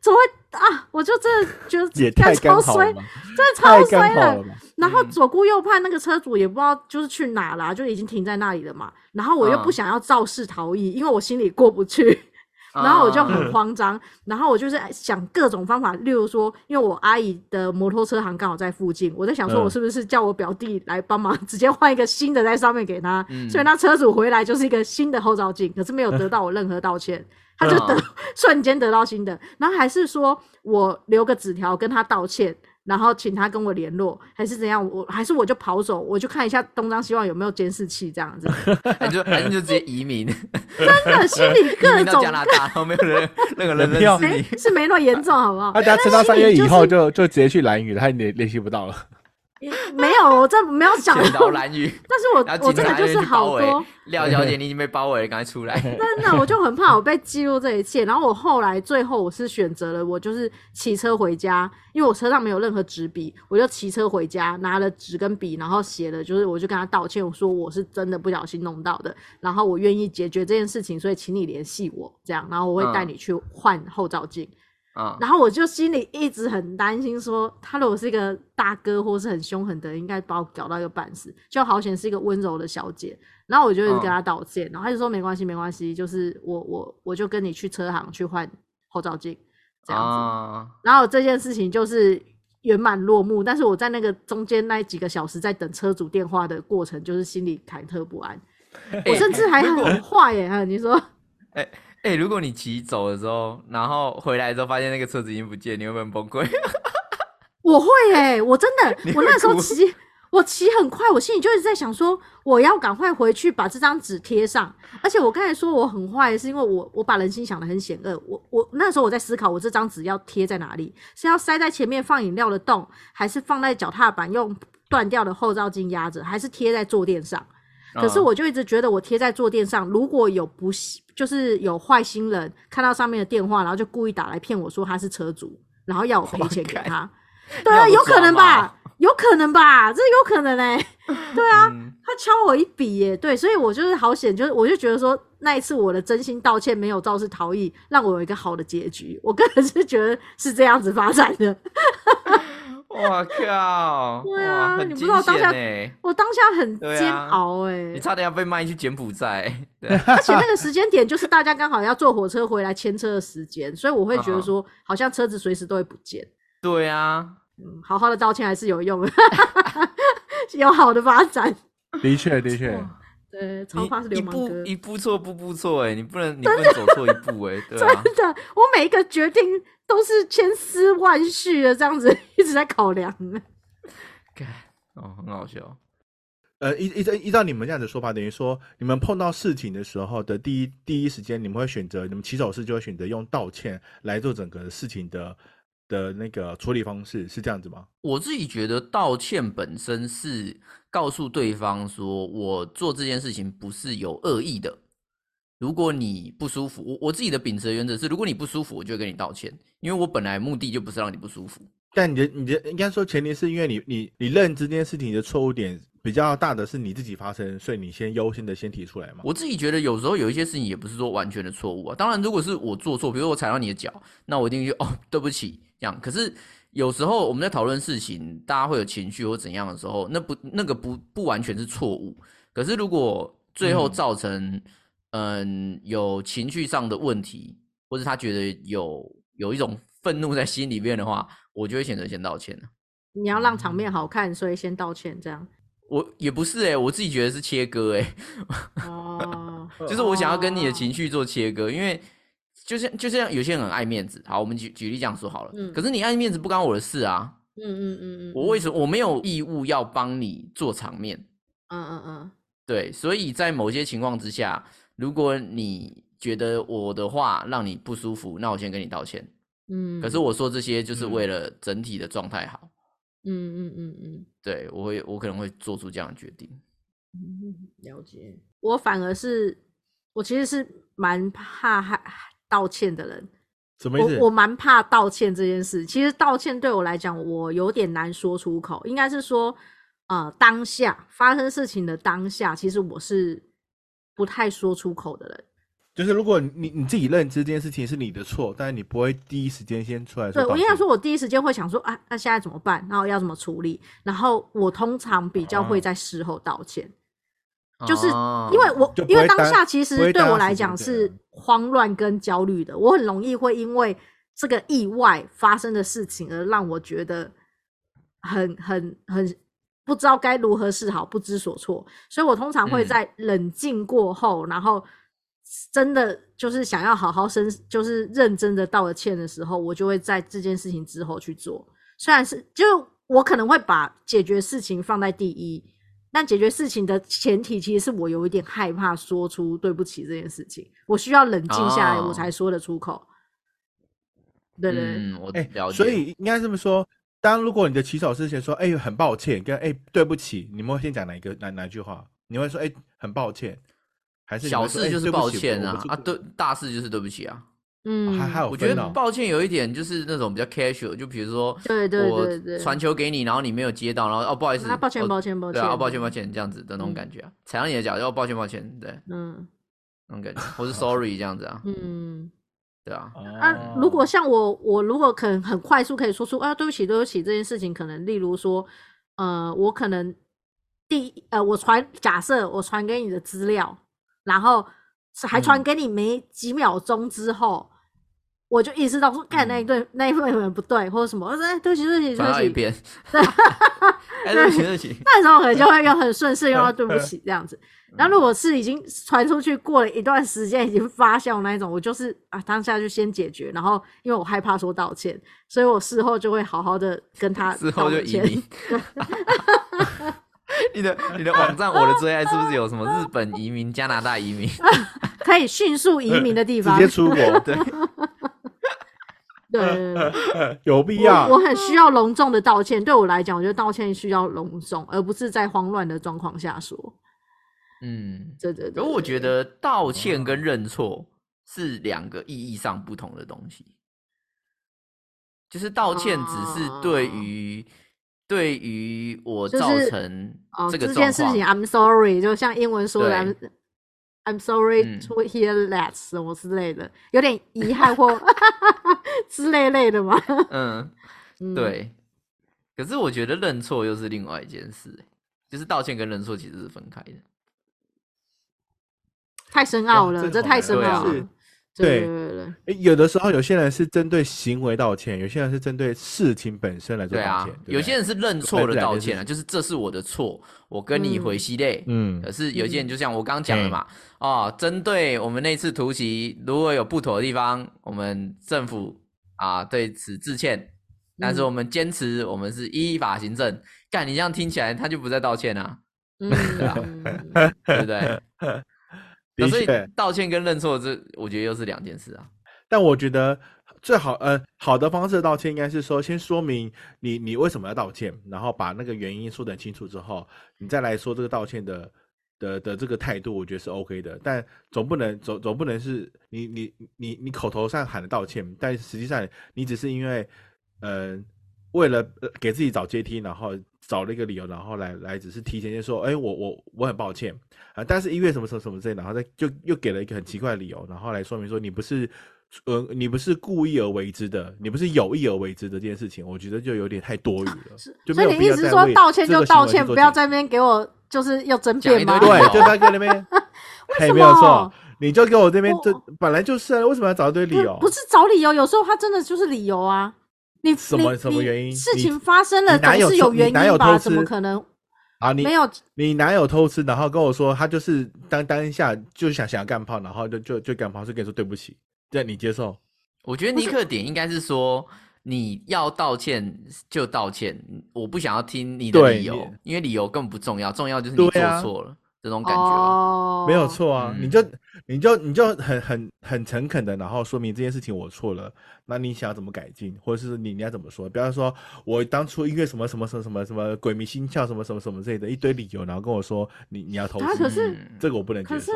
Speaker 2: 怎么会啊，我就真的觉得
Speaker 3: 也
Speaker 2: 干
Speaker 3: 太
Speaker 2: 超
Speaker 3: 刚好
Speaker 2: 衰
Speaker 3: 了，吧，
Speaker 2: 真的超
Speaker 3: 太
Speaker 2: 衰
Speaker 3: 刚好
Speaker 2: 了
Speaker 3: 了。吧。
Speaker 2: 然后
Speaker 1: 嗯
Speaker 2: 左顾右盼，那个车主也不知道就是去哪啦，就已经停在那里了嘛。然后我又不
Speaker 1: 嗯
Speaker 2: 想要肇事逃逸，因为我心里过不去。
Speaker 1: 啊
Speaker 2: 然后我就
Speaker 1: 嗯
Speaker 2: 很慌张，然后我就是想各种方法，例如说，因为我阿姨的摩托车行刚好在附近，我在想说，
Speaker 3: 嗯
Speaker 2: 我是不是叫我表弟来帮忙，直接换一个新的在上面给他？
Speaker 1: 嗯
Speaker 2: 所以那车主回来就是一个新的后照镜，可是没有得到我任何道歉，他就得、
Speaker 1: 嗯
Speaker 2: 瞬间得到新的，然后还是说我留个纸条跟他道歉。然后请他跟我联络，还是怎样？我还是我就跑走，我就看一下东张西望有没有监视器 这样子。
Speaker 1: 还是就还是就直接移 民，
Speaker 2: 真的，心里
Speaker 1: 移
Speaker 2: 各
Speaker 1: 民到
Speaker 2: 种
Speaker 1: 加拿大，然后没有人任何人
Speaker 3: 门票
Speaker 1: 认识
Speaker 2: 没
Speaker 1: 你。
Speaker 2: 是没那么严重，好不好
Speaker 3: 他？等下撑到三月
Speaker 2: 心里
Speaker 3: 以
Speaker 2: 就是
Speaker 3: 后就就直接去蓝雨了，他联联系不到了。
Speaker 2: 也没有，我这没有 想
Speaker 1: 选
Speaker 2: 到
Speaker 1: 到，蓝 雨，
Speaker 2: 但是
Speaker 1: 然
Speaker 2: 我
Speaker 1: 后
Speaker 2: 我
Speaker 1: 警
Speaker 2: 真的
Speaker 1: 察
Speaker 2: 就
Speaker 1: 就是去包
Speaker 2: 好
Speaker 1: 围
Speaker 2: 多，
Speaker 1: 廖小姐，你已经被包围了，赶快出来。
Speaker 2: 真的，我就很怕我被记录这一切。然后我后来最后我是选择了，我就是骑车回家，因为我车上没有任何纸笔，我就骑车回家，拿了纸跟笔，然后写了，就是我就跟他道歉，我说我是真的不小心弄到的，然后我愿意解决这件事情，所以请你联系我，这样，然后我会带
Speaker 1: 嗯
Speaker 2: 你去换后照镜。
Speaker 1: 啊，
Speaker 2: 然后我就心里一直很担心说，他如果是一个大哥或是很凶狠的人，应该把我搞到一个半死。就好险是一个温柔的小姐，然后我就一直跟
Speaker 1: 嗯
Speaker 2: 他道歉，然后他就说没关系，没关系，就是我我我就跟你去车行去换后照镜这样子。
Speaker 1: 啊，
Speaker 2: 然后这件事情就是圆满落幕，但是我在那个中间那几个小时在等车主电话的过程，就是心里忐忑不安，我
Speaker 1: 哎
Speaker 2: 甚至还很坏耶、啊你说
Speaker 1: 哎、如果你骑走的时候，然后回来之后发现那个车子已经不见，你会不会很崩溃？
Speaker 2: 我会哎、我真的
Speaker 1: 你，会
Speaker 2: 我那时候
Speaker 1: 哭
Speaker 2: 骑，我骑很快，我心里就一直在想说，我要赶快回去把这张纸贴上。而且我刚才说我很坏，是因为我我把人心想的很险恶。我我那时候我在思考，我这张纸要贴在哪里？是要塞在前面放饮料的洞，还是放在脚踏板用断掉的后照镜压着，还是贴在坐垫上？可是
Speaker 1: 嗯
Speaker 2: 我就一直觉得我贴在坐垫上，如果有不幸，就是有坏心人看到上面的电话，然后就故意打来骗我说他是车主，然后要我赔钱给 他。对
Speaker 1: 那
Speaker 2: 啊，
Speaker 1: 哦我不
Speaker 2: 有可能
Speaker 1: 抓嘛
Speaker 2: 吧？有可能吧？这有可能哎、 对啊，
Speaker 1: 嗯
Speaker 2: 他敲我一笔耶、对，所以我就是好险，就是我就觉得说那一次我的真心道歉没有肇事逃逸，让我有一个好的结局。我个人是觉得是这样子发展的。
Speaker 1: 哇靠！
Speaker 2: 对
Speaker 1: 哇
Speaker 2: 啊
Speaker 1: 很
Speaker 2: 你不
Speaker 1: 惊
Speaker 2: 知道当
Speaker 1: 险
Speaker 2: 下
Speaker 1: 欸
Speaker 2: 我当下很
Speaker 1: 对啊
Speaker 2: 煎熬哎、
Speaker 1: 你差点要被卖去柬埔寨。对啊
Speaker 2: 而且那个时间点就是大家刚好要坐火车回来牵车的时间，所以我会
Speaker 1: 嗯
Speaker 2: 觉得说，好像车子随时都会不见。
Speaker 1: 对 啊，
Speaker 2: 嗯，好好的道歉还是有用的， 有好的发展。
Speaker 3: 的确，的确，
Speaker 2: 对，
Speaker 1: 你
Speaker 2: 长发是
Speaker 1: 一
Speaker 2: 流氓
Speaker 1: 步
Speaker 2: 哥。
Speaker 1: 一步错步步错，哎，你不能你不能走错一步，哎，对啊，
Speaker 2: 真的，我每一个决定都是千丝万绪的，这样子一直在考量。
Speaker 1: 干哦，很好笑。
Speaker 3: 呃，依依照依照你们这样子说法，等于说你们碰到事情的时候的第一第一时间，你们会选择你们起手式就会选择用道歉来做整个事情的的那个处理方式，是这样子吗？
Speaker 1: 我自己觉得道歉本身是告诉对方说，我做这件事情不是有恶意的。如果你不舒服，我我自己的秉持的原则是，如果你不舒服，我就会跟你道歉，因为我本来目的就不是让你不舒服。
Speaker 3: 但你的你的应该说前提是因为你你你认知这件事情的错误点比较大的是你自己发生，所以你先优先的先提出来嘛。
Speaker 1: 我自己觉得有时候有一些事情也不是说完全的错误啊。当然，如果是我做错，比如说我踩到你的脚，那我一定就哦对不起这样。可是有时候我们在讨论事情，大家会有情绪或怎样的时候，那不那个不不完全是错误。可是如果最后
Speaker 3: 嗯
Speaker 1: 造成嗯有情绪上的问题，或是他觉得有有一种愤怒在心里面的话，我就会选择先道歉了。
Speaker 2: 你要让场面好看，所以先道歉，这样。
Speaker 1: 我也不是诶、欸我自己觉得是切割诶、欸
Speaker 2: 哦，
Speaker 1: 就是我想要跟你的情
Speaker 2: 哦
Speaker 1: 绪做切割，因为就像就像有些人很爱面子，好，我们举举例这样说好了。
Speaker 2: 嗯
Speaker 1: 可是你爱面子不干我的事啊，
Speaker 2: 嗯嗯嗯嗯，
Speaker 1: 我为
Speaker 2: 嗯
Speaker 1: 什么我没有义务要帮你做场面？
Speaker 2: 嗯嗯
Speaker 1: 对，所以在某些情况之下，如果你觉得我的话让你不舒服，那我先跟你道歉。
Speaker 2: 嗯嗯，
Speaker 1: 可是我说这些就是
Speaker 3: 嗯
Speaker 1: 为了整体的状态好，
Speaker 2: 嗯嗯嗯嗯
Speaker 1: 对我会我可能会做出这样的决定。
Speaker 2: 嗯，了解。我反而是，我其实是蛮怕害道歉的人，
Speaker 3: 什么意思？
Speaker 2: 我我蛮怕道歉这件事。其实道歉对我来讲，我有点难说出口。应该是说，呃，当下发生事情的当下，其实我是不太说出口的人。
Speaker 3: 就是如果你你自己认知这件事情是你的错，但是你不会第一时间先出来说
Speaker 2: 对
Speaker 3: 道
Speaker 2: 我
Speaker 3: 歉。
Speaker 2: 应该说，我第一时间会想说啊，那现在怎么办？然后要怎么处理？然后我通常比较
Speaker 3: 哦
Speaker 2: 会在事后道歉，就是
Speaker 1: 哦
Speaker 2: 因为我
Speaker 3: 就不
Speaker 2: 因为
Speaker 3: 会
Speaker 2: 当
Speaker 3: 当
Speaker 2: 下其
Speaker 3: 不
Speaker 2: 实
Speaker 3: 会
Speaker 2: 对
Speaker 3: 当
Speaker 2: 我
Speaker 3: 下
Speaker 2: 来
Speaker 3: 时间
Speaker 2: 讲
Speaker 3: 对
Speaker 2: 是
Speaker 3: 啊
Speaker 2: 慌乱跟焦虑的，我很容易会因为这个意外发生的事情而让我觉得很很很不知道该如何是好，不知所措。所以我通常会
Speaker 1: 嗯
Speaker 2: 在冷静过后，然后真的就是想要好好深，就是认真的道了歉的时候，我就会在这件事情之后去做。虽然是就我可能会把解决事情放在第一，但解决事情的前提其实是我有一点害怕说出对不起这件事情，我需要冷静下来，
Speaker 1: 哦
Speaker 2: 我才说得出口。对对对，
Speaker 1: 嗯，我
Speaker 3: 哎、
Speaker 1: 了解，
Speaker 3: 所以应该这么说。当如果你的起手是先说“哎、很抱歉”跟“哎、对不起”，你们会先讲哪一个哪哪句话？你会说“哎、很抱歉”，还是你
Speaker 1: 小
Speaker 3: 会说
Speaker 1: 事
Speaker 3: 哎
Speaker 1: 就是
Speaker 3: 对不
Speaker 1: 抱
Speaker 3: 起
Speaker 1: 歉
Speaker 3: 我我
Speaker 1: 啊
Speaker 3: 不
Speaker 1: 啊，
Speaker 3: 是
Speaker 1: 对，大事就是对不起啊。
Speaker 2: 嗯，
Speaker 3: 还还有
Speaker 1: 我觉
Speaker 3: 分
Speaker 1: 得
Speaker 3: 哦
Speaker 1: 抱歉有一点就是那种比较 casual，就比如说
Speaker 2: 对对对对
Speaker 1: 我传球给你，然后你没有接到，然后哦不好意思，
Speaker 2: 啊，抱歉
Speaker 1: 哦
Speaker 2: 抱歉抱
Speaker 1: 对
Speaker 2: 歉，
Speaker 1: 啊，哦抱歉抱，歉这样子的那种
Speaker 2: 嗯
Speaker 1: 感觉啊，踩到你的脚就哦抱歉抱歉，对
Speaker 2: 嗯
Speaker 1: 那种感觉，或是 sorry 这样子啊，
Speaker 2: 嗯。
Speaker 1: 对啊，
Speaker 2: 啊
Speaker 3: 哦，
Speaker 2: 如果像我，我如果可能很快速可以说出啊，对不起，对不起这件事情，可能例如说，呃，我可能第一呃，我传假设我传给你的资料，然后是还传
Speaker 3: 嗯
Speaker 2: 给你没几秒钟之后，我就意识到说，干
Speaker 3: 嗯
Speaker 2: 那一对、那一份人不对，或者什么，我说哎，对不起，对不起，
Speaker 1: 转到一
Speaker 2: 对不起，
Speaker 1: 边， 哎对不起对不起，
Speaker 2: 那时候可能就会用很顺势用到对不起这样子。然后如果是已经传出去过了一段时间，已经发酵那一种，我就是啊当下就先解决，然后因为我害怕说道歉，所以我事后就会好好的跟 他
Speaker 1: 之
Speaker 2: 啊道
Speaker 1: 后就
Speaker 2: 个
Speaker 1: 移
Speaker 2: 歉。
Speaker 1: 民。你的你的网站，我的最爱是不是有什么日本移民、加拿大移 民？ 哦
Speaker 2: 可以迅速移民的地
Speaker 3: 直
Speaker 2: 方，
Speaker 3: 接
Speaker 2: 对
Speaker 3: 出国，
Speaker 1: 对，
Speaker 2: 对 对
Speaker 3: 有必
Speaker 2: 对
Speaker 3: 要
Speaker 2: 我我很需要隆重的道歉。对我来讲，我觉得道歉需要隆重，而不是在慌乱的状况下说。
Speaker 1: 嗯，
Speaker 2: 对对对，
Speaker 1: 可我觉得道歉跟认错是两个意义上不同的东西。就是道歉只是对于、对于我
Speaker 2: 就是
Speaker 1: 造成
Speaker 2: 哦，
Speaker 1: 这个
Speaker 2: 件
Speaker 1: 状
Speaker 2: 事
Speaker 1: 况，
Speaker 2: 情，I'm sorry，就像英文说的
Speaker 1: 对
Speaker 2: ，I'm I'm sorry
Speaker 1: 嗯
Speaker 2: to hear that 什么之类的，有点遗憾或 之类类的嘛。
Speaker 1: 嗯，
Speaker 2: 嗯，
Speaker 1: 对。可是我觉得认错又是另外一件事、欸就是道歉跟认错其实是分开的。
Speaker 2: 太深奥了，
Speaker 3: 哇
Speaker 2: 这
Speaker 3: 哦这
Speaker 2: 太深
Speaker 1: 好难
Speaker 2: 奥
Speaker 1: 对
Speaker 2: 了。
Speaker 3: 啊
Speaker 2: 对
Speaker 3: 对
Speaker 2: 对对，
Speaker 3: 诶哎有的时候，有些人是针对行为道歉，有些人是针对事情本身来做
Speaker 1: 对
Speaker 3: 道
Speaker 1: 啊
Speaker 3: 歉。，对不
Speaker 1: 有些
Speaker 3: 对
Speaker 1: 人是认错了道歉啊，
Speaker 3: 分
Speaker 1: 就是这是我的错，我跟你回息类。
Speaker 3: 嗯
Speaker 1: 可是有些人就像我刚刚讲的嘛，哦，针对我们那次突袭，如果有不妥的地方，我们政府啊对此致歉。但是我们坚持，我们是依法行政。干，你这样听起来他就不在道歉 啊，
Speaker 2: 嗯，
Speaker 1: 对不对？那
Speaker 3: 的
Speaker 1: 所以
Speaker 3: 确，
Speaker 1: 道歉跟认错这，我觉得又是两件事啊。
Speaker 3: 但我觉得最好呃好的方式道歉应该是说，先说明你你为什么要道歉，然后把那个原因说得很清楚之后，你再来说这个道歉的的的这个态度，我觉得是 OK 的。但总不能总总不能是你你你你口头上喊的道歉，但实际上你只是因为嗯、呃为了呃给自己找阶梯，然后找了一个理由，然后来来只是提前先说，哎，我我我很抱歉啊、但是因为什么什么什么之类的，然后再就又给了一个很奇怪的理由，然后来说明说你不是呃你不是故意而为之的，你不是有意而为之的这件事情，我觉得就有点太多余了， 就
Speaker 2: 所以
Speaker 3: 没有
Speaker 2: 你
Speaker 3: 必
Speaker 2: 意
Speaker 3: 要
Speaker 2: 思啊
Speaker 3: 再
Speaker 2: 是说
Speaker 3: 为
Speaker 2: 道歉
Speaker 3: 这
Speaker 2: 就
Speaker 3: 个
Speaker 2: 道
Speaker 3: 行为去
Speaker 2: 歉，
Speaker 3: 做
Speaker 2: 不要
Speaker 3: 解
Speaker 2: 在那
Speaker 3: 释
Speaker 2: 边给我就是又争
Speaker 1: 讲一
Speaker 2: 辩吗？
Speaker 1: 堆
Speaker 3: 对，
Speaker 1: 哦
Speaker 3: 就在跟那边
Speaker 2: 为
Speaker 3: 嘿，
Speaker 2: 什
Speaker 3: 没有错
Speaker 2: 么，
Speaker 3: 你就给我这边
Speaker 2: 我
Speaker 3: 这本来就是啊，为什么要找一堆理由？
Speaker 2: 不不是找理由，有时候他真的就是理由啊。你
Speaker 3: 什么
Speaker 2: 你
Speaker 3: 什么
Speaker 2: 你
Speaker 3: 原因
Speaker 2: 事
Speaker 3: 你
Speaker 2: 情发生了
Speaker 3: 你哪
Speaker 2: 总
Speaker 3: 有
Speaker 2: 是
Speaker 3: 偷
Speaker 2: 有
Speaker 3: 你
Speaker 2: 原
Speaker 3: 哪有
Speaker 2: 因吧？
Speaker 3: 偷
Speaker 2: 怎么
Speaker 3: 吃
Speaker 2: 可能
Speaker 3: 啊，你
Speaker 2: 没有？
Speaker 3: 你哪有偷吃？然后跟我说他就是当当下就是想想要干炮，然后就就就干炮，就跟你说对不起，这你接受？
Speaker 1: 我觉得尼克点应该是说，你要道歉就道歉，我不想要听你的
Speaker 3: 对
Speaker 1: 理由
Speaker 3: 你，
Speaker 1: 因为理由更不重要，重要就是你做
Speaker 3: 对啊
Speaker 1: 错了、这种感觉吧。
Speaker 2: 哦，
Speaker 3: 没有错啊，
Speaker 1: 嗯
Speaker 3: 你就你就你就很很很诚恳的，然后说明这件事情我错了，那你想要怎么改进，或者是你你要怎么说？不要说我当初因为什么什么什么什么什么鬼迷心窍什么什么什么之类的一堆理由，然后跟我说你你要偷
Speaker 2: 他啊
Speaker 3: 吃，
Speaker 2: 可是
Speaker 1: 嗯
Speaker 3: 这个我不能接
Speaker 2: 可是
Speaker 3: 受。，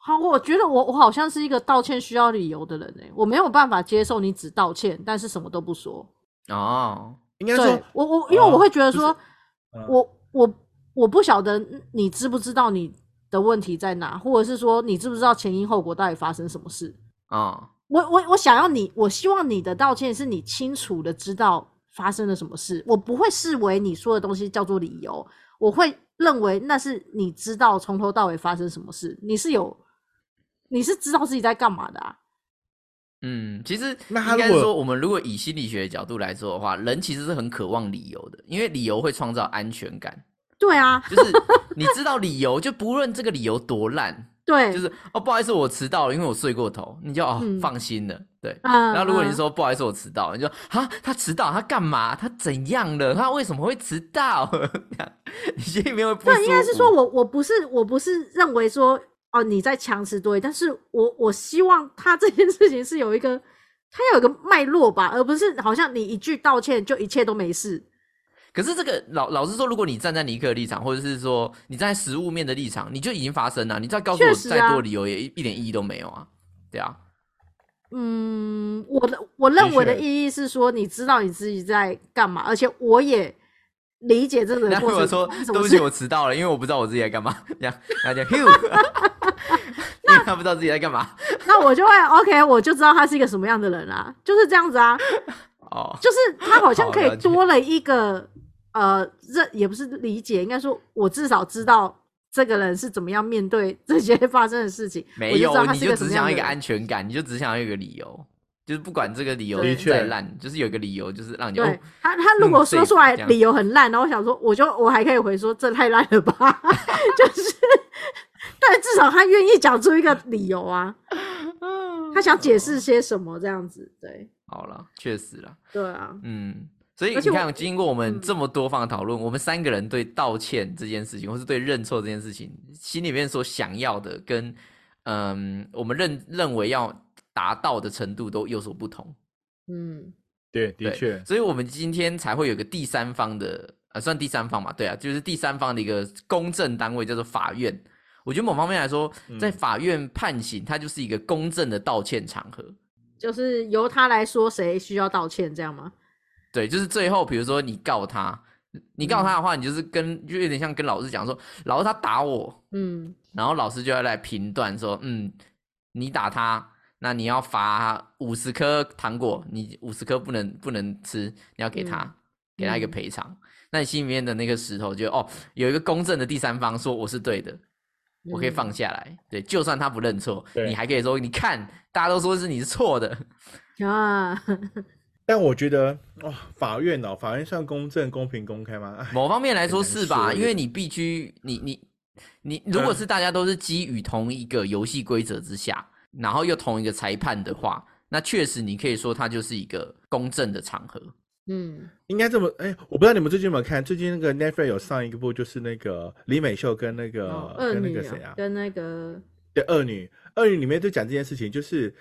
Speaker 2: 好，我觉得我我好像是一个道歉需要理由的人哎、我没有办法接受你只道歉，但是什么都不说。
Speaker 1: 哦，
Speaker 3: 应该说
Speaker 2: 对我我，因为
Speaker 3: 哦
Speaker 2: 我会觉得说，
Speaker 3: 嗯
Speaker 2: 我我我不晓得你知不知道你的问题在哪，或者是说你知不知道前因后果到底发生什么事？
Speaker 1: 嗯，
Speaker 2: 我我我想要你，我希望你的道歉是你清楚的知道发生了什么事，我不会视为你说的东西叫做理由，我会认为那是你知道从头到尾发生什么事，你是有，你是知道自己在干嘛的啊。
Speaker 1: 嗯，其实
Speaker 3: 那他
Speaker 1: 应
Speaker 3: 如
Speaker 1: 该是
Speaker 3: 果
Speaker 1: 说，我们如果以心理学的角度来说的话，人其实是很渴望理由的，因为理由会创造安全感。
Speaker 2: 对啊，
Speaker 1: 就是你知道理由，就不论这个理由多烂，
Speaker 2: 对，
Speaker 1: 就是哦，不好意思，我迟到了，因为我睡过头，你就哦、
Speaker 2: 嗯
Speaker 1: 放心了。对，
Speaker 2: 嗯，
Speaker 1: 然后如果你
Speaker 2: 嗯
Speaker 1: 说不好意思，我迟到，你就啊，他迟到，他干嘛？他怎样了？他为什么会迟到？ 这样你心里面会不舒服。
Speaker 2: 对，应该是说我我不是我不是认为说哦你在强词夺理，但是我我希望他这件事情是有一个他有一个脉络吧，而不是好像你一句道歉就一切都没事。
Speaker 1: 可是这个老老实说，如果你站在尼克的立场，或者是说你站在实物面的立场，你就已经发生了，你再告诉我
Speaker 2: 确实啊
Speaker 1: 再多理由也一一点意义都没有啊，对啊，
Speaker 2: 嗯，我的我认为的
Speaker 3: 确
Speaker 2: 意义是说，你知道你自己在干嘛，而且我也理解这个
Speaker 1: 那
Speaker 2: 过
Speaker 1: 如
Speaker 2: 程
Speaker 1: 果说
Speaker 2: 发生什
Speaker 1: 对
Speaker 2: 么
Speaker 1: 不起，
Speaker 2: 事。
Speaker 1: 我迟到了，因为我不知道我自己在干嘛，这样，然后就 因 为他不知道自己在干嘛，
Speaker 2: 那我就会 OK，我就知道他是一个什么样的人啦、就是这样子啊。
Speaker 1: 哦，
Speaker 2: 就是他好像
Speaker 1: 好
Speaker 2: 可以
Speaker 1: 了解
Speaker 2: 多了一个呃认，也不是理解，应该说我至少知道这个人是怎么样面对这些 发生的事情。我
Speaker 1: 没
Speaker 2: 就知道
Speaker 1: 有，
Speaker 2: 他
Speaker 1: 你
Speaker 2: 是一
Speaker 1: 就
Speaker 2: 个什
Speaker 1: 只
Speaker 2: 么
Speaker 1: 想
Speaker 2: 样
Speaker 1: 要
Speaker 2: 的
Speaker 1: 一个
Speaker 2: 人。
Speaker 1: 安全感，你就只想要一个理由，就是不管这个理由
Speaker 2: 对
Speaker 1: 再烂，就是有一个理由，就是让你哦
Speaker 2: 对，他，他如果
Speaker 1: 嗯
Speaker 2: 说
Speaker 1: 对
Speaker 2: 出来
Speaker 1: 这样
Speaker 2: 理由很烂，然后我想说，我就我还可以回说这太烂了吧， 就是，但至少他愿意讲出一个理由啊，他想解释些什么这样子，对
Speaker 1: 好了，确实了，
Speaker 2: 对啊，
Speaker 1: 嗯。所以
Speaker 2: 而
Speaker 1: 你
Speaker 2: 且我
Speaker 1: 看，经过我们
Speaker 2: 嗯
Speaker 1: 这么多方的讨论，我们三个人对道歉这件事情，或是对认错这件事情，心里面所想要的跟嗯，我们认认为要达到的程度都有所不同。
Speaker 2: 嗯，
Speaker 3: 对，的
Speaker 1: 对
Speaker 3: 确，
Speaker 1: 所以我们今天才会有个第三方的，呃，算第三方嘛，对啊，就是第三方的一个公正单位叫做法院。我觉得某方面来说，在
Speaker 3: 嗯
Speaker 1: 法院判刑，它就是一个公正的道歉场合。
Speaker 2: 就是由他来说谁需要道歉这样吗？
Speaker 1: 对，就是最后，比如说你告他，你
Speaker 2: 嗯
Speaker 1: 告他的话，你就是跟就有点像跟老师讲说，老师他打我，
Speaker 2: 嗯，
Speaker 1: 然后老师就要来评断说，嗯，你打他，那你要罚五十颗糖果，你五十颗不能不能吃，你要给他、
Speaker 2: 嗯
Speaker 1: 给他一个
Speaker 2: 嗯
Speaker 1: 赔偿。那你心里面的那个石头就哦，有一个公正的第三方说我是对的，我可以
Speaker 2: 嗯
Speaker 1: 放下来。对，就算他不认错，
Speaker 3: 对
Speaker 1: 你还可以说你看，大家都说是你是错的。
Speaker 2: 啊，
Speaker 3: 但我觉得哇、法院哦，法院算公正、公平、公开吗？哎，
Speaker 1: 某方面来说
Speaker 3: 很难
Speaker 1: 是吧？
Speaker 3: 说
Speaker 1: 因
Speaker 3: 耶
Speaker 1: 为你必须，你你你，如果是大家都是基于同一个游戏规则之下，然后又同一个裁判的话，那确实你可以说它就是一个公正的场合。
Speaker 2: 嗯，
Speaker 3: 应该这么哎，我不知道你们最近有没有看，最近那个 Netflix 有上一部，就是那个李美秀跟那个、
Speaker 2: 哦恶
Speaker 3: 跟那
Speaker 2: 女
Speaker 3: 个
Speaker 2: 哦
Speaker 3: 谁啊，
Speaker 2: 跟那个
Speaker 3: 对，恶女，恶女里面就讲这件事情，就是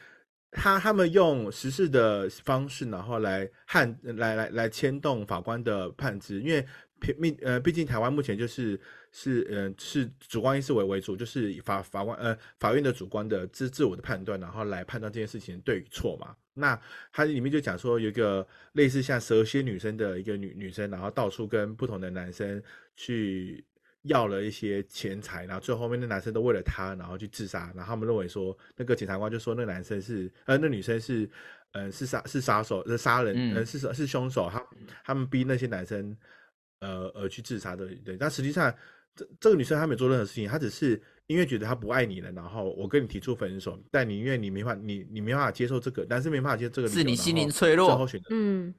Speaker 3: 他他们用实事的方式，然后来撼来来来牵动法官的判决，因为毕毕呃，毕竟台湾目前就是是嗯、呃、是主观意识为为主，就是以法法官呃法院的主观的自自我的判断，然后来判断这件事情对与错嘛。那它里面就讲说，有一个类似像蛇蝎女生的一个女女生，然后到处跟不同的男生去要了一些钱财，然后最后面那男生都为了她，然后去自杀。然后他们认为说，那个检察官就说那男生是呃那女生是嗯、呃是杀是杀手是杀人
Speaker 1: 嗯
Speaker 3: 嗯、呃、是是凶手，他他们逼那些男生呃呃去自杀的对，但实际上这这个女生她没做任何事情，她只是因为觉得她不爱你了，然后我跟你提出分手，但你因为你没法你你没办法接受这个，但是没办法接受这个理由，
Speaker 1: 是你心灵
Speaker 3: 然后
Speaker 1: 脆弱
Speaker 3: 最后选择
Speaker 2: 嗯，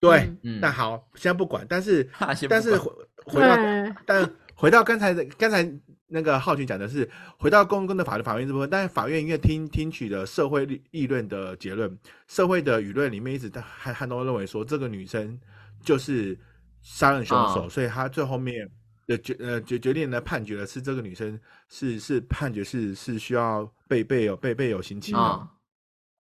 Speaker 3: 对。
Speaker 2: 嗯
Speaker 1: 嗯，
Speaker 3: 那好，先不管，但是
Speaker 1: 哈先不
Speaker 3: 但是
Speaker 1: 管
Speaker 3: 回回到
Speaker 2: 对，
Speaker 3: 但回到刚才的刚才那个浩群讲的是，回到公共的法律法院这部分，但是法院因为听听取了社会议议论的结论，社会的舆论里面一直在还还都认为说这个女生就是杀人凶手，
Speaker 1: 啊
Speaker 3: 所以他最后面的决呃决决定的判决的是这个女生是是判决是是需要被被有被被有刑期的，
Speaker 1: 啊、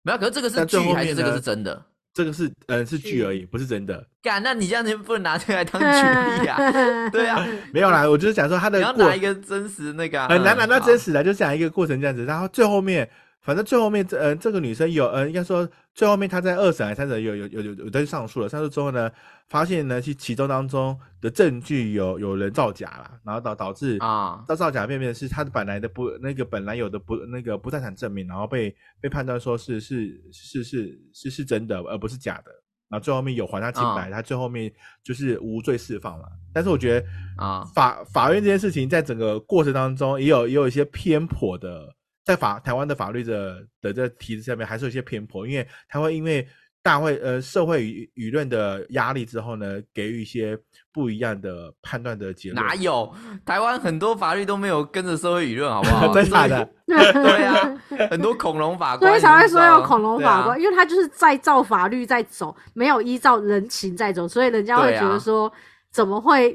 Speaker 1: 没有，可是这个是
Speaker 3: 但最
Speaker 1: 剧
Speaker 3: 后
Speaker 1: 还是
Speaker 3: 面
Speaker 1: 这个
Speaker 3: 呢
Speaker 1: 是真的？
Speaker 3: 这个是呃是剧
Speaker 2: 是
Speaker 3: 而已，不是真的。
Speaker 1: 干，那你这样子不能拿这个来当 举例啊？ 对啊，
Speaker 3: 没有啦，我就是讲说他
Speaker 1: 你
Speaker 3: 的
Speaker 1: 要
Speaker 3: 过
Speaker 1: 拿一个真实那个啊、
Speaker 3: 很难
Speaker 1: 嗯
Speaker 3: 拿到真。
Speaker 1: 好
Speaker 3: 实的，就讲一个过程这样子。然后最后面反正最后面这呃这个女生有呃应该说最后面她在二审还是三审有有有有有在上诉了，上诉之后呢，发现呢其其中当中的证据有有人造假啦，然后导导致
Speaker 1: 啊，
Speaker 3: 造造假变变是他本来的不那个本来有的不那个不在产证明，然后被被判断说是是是是是是真的，而不是假的。然后最后面有还他清白，
Speaker 1: 嗯
Speaker 3: 他最后面就是无罪释放了。但是我觉得
Speaker 1: 啊
Speaker 3: 法法院这件事情在整个过程当中也有也有一些偏颇的，在法台湾的法律的的这体制下面还是有一些偏颇，因为他会因为大会呃社会舆舆论的压力之后呢，给予一些不一样的判断的结论。
Speaker 1: 哪有？台湾很多法律都没有跟着社会舆论，好不好？
Speaker 3: 真假的？
Speaker 1: 对啊，很多恐龙法官，
Speaker 2: 所以才会
Speaker 1: 你知
Speaker 2: 说
Speaker 1: 道
Speaker 2: 有
Speaker 1: 吗
Speaker 2: 恐龙法官，
Speaker 1: 对啊
Speaker 2: 因为他就是在照法律在走，没有依照人情在走，所以人家会
Speaker 1: 对啊
Speaker 2: 觉得说，怎么会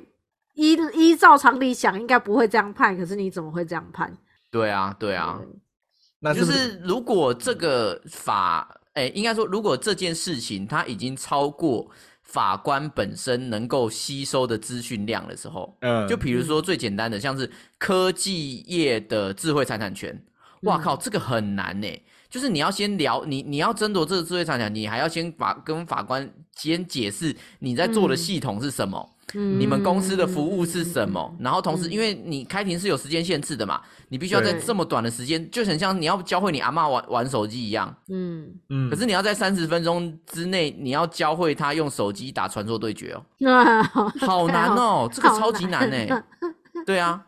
Speaker 2: 依依照常理想，应该不会这样判，可是你怎么会这样判？
Speaker 1: 对啊，对啊，
Speaker 3: 那
Speaker 1: 就是
Speaker 3: 不是
Speaker 1: 是如果这个法，哎、应该说，如果这件事情它已经超过法官本身能够吸收的资讯量的时候，
Speaker 3: 嗯，
Speaker 1: 就比如说最简单的，像是科技业的智慧财产权，哇
Speaker 2: 嗯
Speaker 1: 靠，这个很难呢、就是你要先聊，你你要争夺这个智慧财产权，你还要先法跟法官先解释你在做的
Speaker 2: 嗯
Speaker 1: 系统是什么。
Speaker 2: 嗯
Speaker 1: 你们公司的服务是什么？？然后同时，
Speaker 2: 嗯
Speaker 1: 因为你开庭是有时间限制的嘛，你必须要在
Speaker 2: 对
Speaker 1: 这么短的时间，就很像你要教会你阿嬷玩玩手机一样。
Speaker 2: 嗯，
Speaker 3: 嗯，
Speaker 1: 可是你要在三十分钟之内，你要教会他用手机打传说对决哦，
Speaker 2: 那
Speaker 1: 好难哦，这个
Speaker 2: 好
Speaker 1: 超级难
Speaker 2: 难
Speaker 1: 哎、 对啊，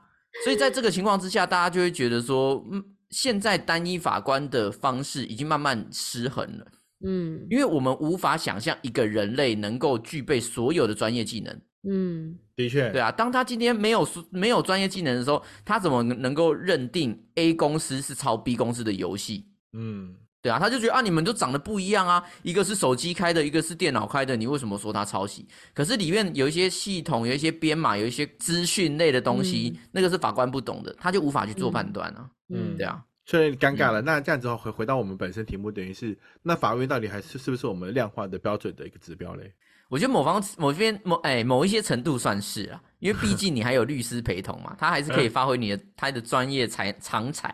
Speaker 1: 所以在这个情况之下，大家就会觉得说，嗯，现在单一法官的方式已经慢慢失衡了，
Speaker 2: 嗯
Speaker 1: 因为我们无法想象一个人类能够具备所有的专业技能。
Speaker 2: 嗯
Speaker 3: 的确，
Speaker 1: 对啊，当他今天没有说没有专业技能的时候，他怎么能够认定 A 公司是抄 B 公司的游戏？
Speaker 3: 嗯，
Speaker 1: 对啊，他就觉得啊，你们都长得不一样啊，一个是手机开的，一个是电脑开的，你为什么说他抄袭？可是里面有一些系统，有一些编码，有一些资讯类的东西，那个是法官不懂的，他就无法去做判断啊。
Speaker 3: 嗯
Speaker 1: 对，啊，
Speaker 3: 确实尴尬了。那这样子的话，回回到我们本身题目，等于是那法院到底还是是不是我们量化的标准的一个指标嘞？
Speaker 1: 我觉得某方某边某哎、某一些程度算是啊，因为毕竟你还有律师陪同嘛，他还是可以发挥你的他的专业才长才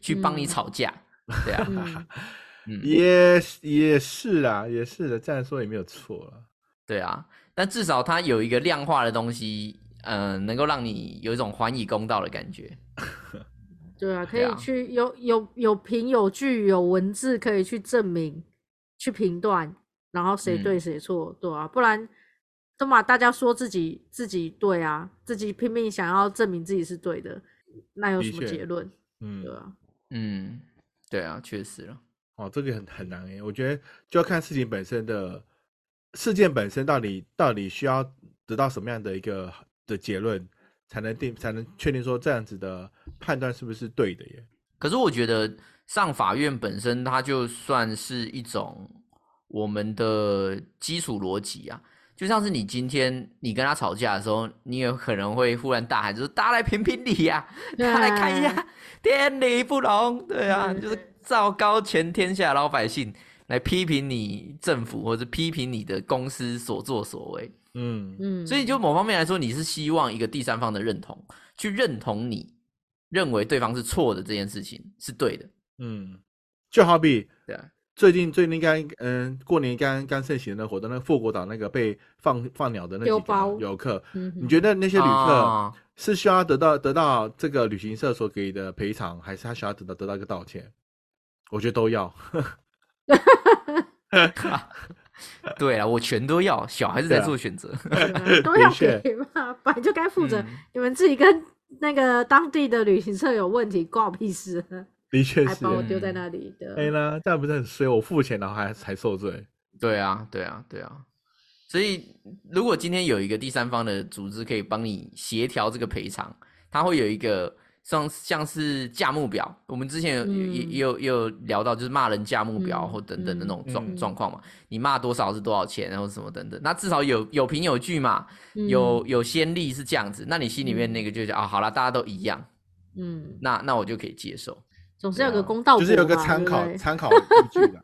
Speaker 1: 去帮你
Speaker 2: 嗯
Speaker 1: 吵架。对啊，
Speaker 2: 嗯
Speaker 1: 嗯，
Speaker 3: 也也是啊，也是的，这样说也没有错了。
Speaker 1: 对啊，但至少它有一个量化的东西，嗯、能够让你有一种还以公道的感觉。
Speaker 2: 对啊，可
Speaker 1: 对
Speaker 2: 以
Speaker 1: 啊
Speaker 2: 去有有有凭有据有文字可以去证明、去评断，然后谁对
Speaker 1: 嗯
Speaker 2: 谁错，对啊，不然都嘛大家说自己自己对啊，自己拼命想要证明自己是对的，那有
Speaker 3: 的
Speaker 2: 什么
Speaker 3: 确
Speaker 2: 结论？
Speaker 3: 嗯
Speaker 2: 对，啊，
Speaker 1: 嗯，对啊，确实了。
Speaker 3: 哦，这个很很难诶，我觉得就要看事情本身的事件本身到底到底需要得到什么样的一个的结论，才能定才能确定说这样子的判断是不是对的耶？
Speaker 1: 可是我觉得上法院本身，它就算是一种我们的基础逻辑啊。就像是你今天你跟他吵架的时候，你也可能会忽然大喊，就是大家来评评理呀、 啊大家来看一下，天理不容。对啊，
Speaker 2: 嗯
Speaker 1: 就是昭告全天下老百姓来批评你政府，或者批评你的公司所作所为。
Speaker 3: 嗯
Speaker 2: 嗯，
Speaker 1: 所以就某方面来说，你是希望一个第三方的认同，去认同你认为对方是错的这件事情是对的。
Speaker 3: 嗯，就好比
Speaker 1: 对啊，
Speaker 3: 最近最近刚嗯过年刚刚盛行的活动，那个富国岛那个被放放鸟的那
Speaker 2: 丢
Speaker 3: 几个
Speaker 2: 包
Speaker 3: 游客，
Speaker 2: 嗯
Speaker 3: 你觉得那些旅客
Speaker 1: 啊
Speaker 3: 是需要得到得到这个旅行社所给予的赔偿，还是他需要得到得到一个道歉？我觉得都要。
Speaker 1: 对啊，我全都要，小孩子
Speaker 3: 对
Speaker 1: 在
Speaker 3: 啊
Speaker 1: 做选择。
Speaker 2: 得嗯啊都要
Speaker 3: 的确
Speaker 2: 给嘛， 本来就该负责，
Speaker 1: 嗯
Speaker 2: 你们自己跟那个当地的旅行社有问题，关我屁事，
Speaker 3: 的确
Speaker 2: 还
Speaker 3: 是
Speaker 2: 把，我
Speaker 1: 嗯
Speaker 2: 丢在那里的。
Speaker 3: 哎啦，这样不是很衰？我付钱然后还还受罪，
Speaker 1: 对啊，对啊，对啊。所以，如果今天有一个第三方的组织可以帮你协调这个赔偿，它会有一个像像是价目表。我们之前有、也也
Speaker 2: 嗯
Speaker 1: 也有也有聊到，就是骂人价目表
Speaker 2: 嗯
Speaker 1: 或等等的那种状、
Speaker 3: 嗯
Speaker 1: 状况嘛，你骂多少是多少钱，然后什么等等。那至少有有凭有据嘛，
Speaker 2: 嗯
Speaker 1: 有有先例是这样子，那你心里面那个就是、啊，好啦，大家都一样，
Speaker 2: 嗯，嗯，
Speaker 1: 那那我就可以接受。
Speaker 2: 总是要有
Speaker 1: 对啊
Speaker 2: 个公道，
Speaker 3: 就是有个参考参考依据的。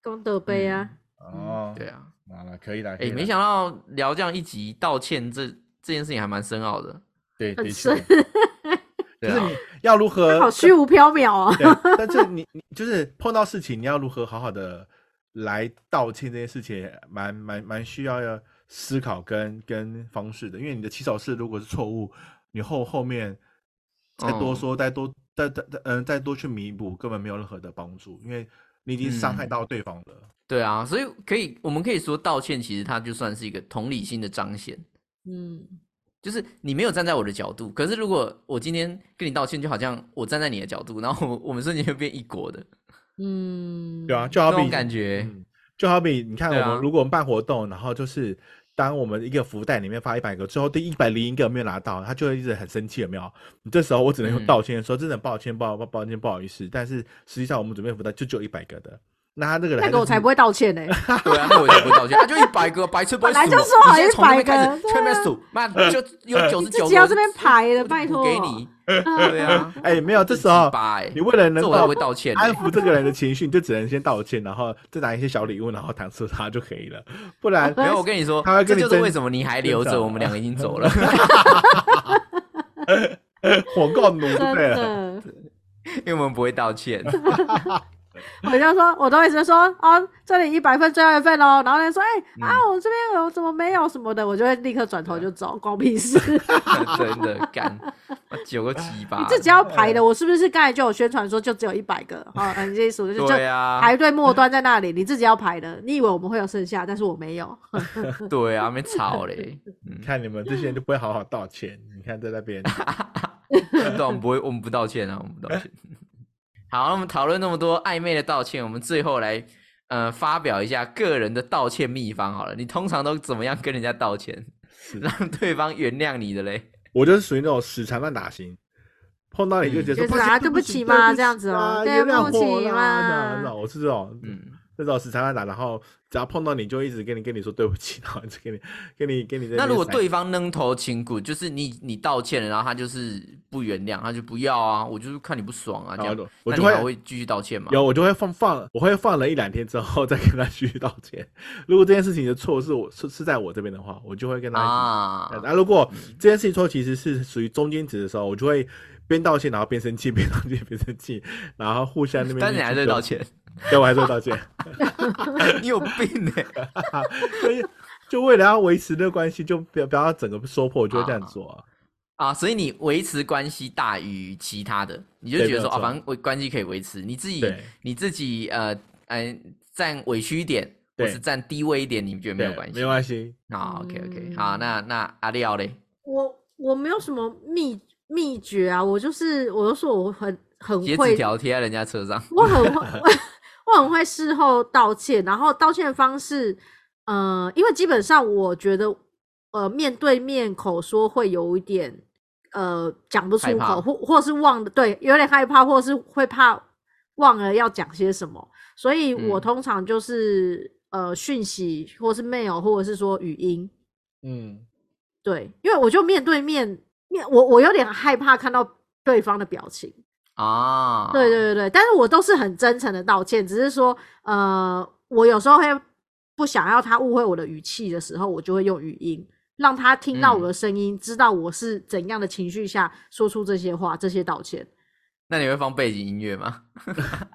Speaker 2: 功德杯啊，
Speaker 3: 哦，
Speaker 1: 对，啊，
Speaker 3: 好了，可以了。
Speaker 1: 哎、没想到聊这样一集道歉这这件事情还蛮深奥的。
Speaker 3: 对，的
Speaker 2: 很
Speaker 3: 确
Speaker 2: 深，
Speaker 1: 对
Speaker 3: 就是
Speaker 1: 啊
Speaker 3: 你要如何
Speaker 2: 好虚无缥缈哦。
Speaker 3: 对，但是你你就是碰到事情，你要如何好好的来道歉这件事情，蛮蛮蛮需要要思考跟跟方式的，因为你的起手式如果是错误，你后后面再多
Speaker 1: 嗯
Speaker 3: 说，再多再再再嗯、再多去弥补，根本没有任何的帮助，因为你已经伤害
Speaker 1: 嗯
Speaker 3: 到对方了。
Speaker 1: 对啊，所以可以，我们可以说道歉，其实它就算是一个同理心的彰显，
Speaker 2: 嗯，
Speaker 1: 就是你没有站在我的角度。可是如果我今天跟你道歉，就好像我站在你的角度，然后我我们瞬间就变一国的
Speaker 2: 嗯，
Speaker 3: 对啊，就
Speaker 1: 那
Speaker 3: 好比
Speaker 1: 种感觉。
Speaker 3: 嗯，就好比你看，
Speaker 1: 对
Speaker 3: 我
Speaker 1: 啊
Speaker 3: 们如果我们办活动，然后就是当我们一个福袋里面发一百个，最后第一百零一个没有拿到，他就会一直很生气，有没有？你这时候我只能
Speaker 1: 嗯
Speaker 3: 用道歉说，真的很抱歉，抱抱抱歉，不好意思。但是实际上我们准备福袋就只有一百个的，那他这个人
Speaker 2: 那个我才不
Speaker 3: 会。
Speaker 2: 会道歉 呢、
Speaker 3: 嗯
Speaker 1: 对啊，那我也不会道歉，啊，就一百个白痴，
Speaker 2: 本来就说好
Speaker 1: 一
Speaker 2: 100个对啊
Speaker 1: 全 面数，妈就有九
Speaker 2: 啊你
Speaker 1: 十
Speaker 2: 自
Speaker 1: 九，
Speaker 2: 己要这边排的，拜托。
Speaker 1: 我给你。对
Speaker 2: 对，
Speaker 1: 啊，
Speaker 3: 哎、没有，这时
Speaker 1: 很
Speaker 3: 候啊
Speaker 1: 鸡巴哎，
Speaker 3: 你为了能
Speaker 1: 这我也
Speaker 3: 够
Speaker 1: 会道歉欸。
Speaker 3: 安抚这个人的情绪，你就只能先道歉，然后再拿一些小礼物，然后搪塞他就可以了，不
Speaker 2: 哦
Speaker 3: 然
Speaker 1: 没有，我跟你说
Speaker 3: 他会，
Speaker 1: 这
Speaker 3: 跟你
Speaker 1: 就是
Speaker 3: 争
Speaker 1: 为什么你还留
Speaker 3: 争
Speaker 1: 着，
Speaker 3: 吵
Speaker 1: 我们两个已经走了。
Speaker 3: 火够奴就
Speaker 2: 真
Speaker 1: 啊
Speaker 3: 对了。
Speaker 2: 的，
Speaker 1: 因为我们不会道歉。
Speaker 2: 我就说，我都会直接说，哦，这里一百份，最后一份哦。然后人家说，哎、
Speaker 1: 嗯啊
Speaker 2: 啊，我这边有怎么没有什么的，我就会立刻转头就走，关我屁事。
Speaker 1: 真的干，我九个鸡巴。
Speaker 2: 这只要排
Speaker 1: 啊
Speaker 2: 的，我是不是刚才就有宣传说就只有一百个？哦好，你这一数就就
Speaker 1: 对啊，
Speaker 2: 排队末端在那里，你自己要排的。你以为我们会有剩下，但是我没有。
Speaker 1: 对啊，没吵 嘞。
Speaker 3: 你看你们这些人就不会好好道歉，你看在那边。
Speaker 1: 对，我们不会，我们不道歉啊，我们不道歉。 好，那我们讨论那么多暧昧的道歉，我们最后来呃发表一下个人的道歉秘方好了。你通常都怎么样跟人家道歉，让对方原谅你的嘞？
Speaker 3: 我就是属于那种死缠烂打型，碰到你就觉得
Speaker 2: 嗯
Speaker 3: 说
Speaker 2: 就是啊
Speaker 3: 对
Speaker 2: 对
Speaker 3: 起
Speaker 2: 不起嘛
Speaker 3: 对
Speaker 2: 这样子哦
Speaker 3: 啊
Speaker 2: 对
Speaker 3: 原谅
Speaker 2: 不起
Speaker 3: 我啦
Speaker 2: 嘛
Speaker 3: 这样子哦我是这种，嗯，
Speaker 1: 嗯，
Speaker 3: 这种死缠烂打，然后只要碰到你就一直跟你跟你说对不起，然后就跟你跟你跟你在
Speaker 1: 那
Speaker 3: 边
Speaker 1: 如果
Speaker 3: 塞
Speaker 1: 对方扔头轻骨，就是你你道歉了，然后他就是不原谅，他就不要啊，我就是看你不爽啊，这
Speaker 3: 然后
Speaker 1: 样，
Speaker 3: 我
Speaker 1: 那
Speaker 3: 就
Speaker 1: 你还
Speaker 3: 会
Speaker 1: 会继续道歉吗？
Speaker 3: 有我就会放放，我会放了一两天之后 再跟他继续道歉。如果这件事情的错是我是是在我这边的话，我就会跟他一起
Speaker 1: 啊，
Speaker 3: 那、如果这件事情说其实是属于中间值的时候，我就会边道歉，然后边生气，边道歉边生气，然后互相那边。
Speaker 1: 但是你还在道，歉，
Speaker 3: 对，我还是会道歉，
Speaker 1: 你有病哎、
Speaker 3: 所以就为了要维持那个关系，就不要不要整个说破，我就会这样做、啊。
Speaker 1: 啊，所以你维持关系大于其他的，你就
Speaker 3: 对
Speaker 1: 觉得
Speaker 3: 没有
Speaker 1: 说啊，
Speaker 3: 错
Speaker 1: 反正我关系可以维持，你自己
Speaker 3: 对
Speaker 1: 你自己呃呃占委屈一点，或
Speaker 3: 对
Speaker 1: 是占低位一点，你觉得没有关系？
Speaker 3: 没关系。
Speaker 1: 啊，OK OK，
Speaker 2: 嗯
Speaker 1: 好，那那阿廖嘞，
Speaker 2: 我我没有什么秘秘诀啊，我就是我就说我很很
Speaker 1: 截
Speaker 2: 会
Speaker 1: 纸条贴在人家车上，
Speaker 2: 我很会，我很会事后道歉，然后道歉方式，呃，因为基本上我觉得，呃，面对面口说会有一点，呃，讲不
Speaker 1: 害
Speaker 2: 出
Speaker 1: 怕
Speaker 2: 口，或或是忘了，对，有点害怕，或是会怕忘了要讲些什么，所以我
Speaker 1: 嗯
Speaker 2: 通常就是、呃，讯息或是 mail，或者是说语音，
Speaker 3: 嗯，
Speaker 2: 对，因为我就面对面面，我我有点害怕看到对方的表情。
Speaker 1: 啊，
Speaker 2: 对对对对，但是我都是很真诚的道歉，只是说，呃，我有时候会不想要他误会我的语气的时候，我就会用语音让他听到我的声音，知道我是怎样的情绪下说出这些话，这些道歉，
Speaker 1: 那你会放背景音乐吗？嗯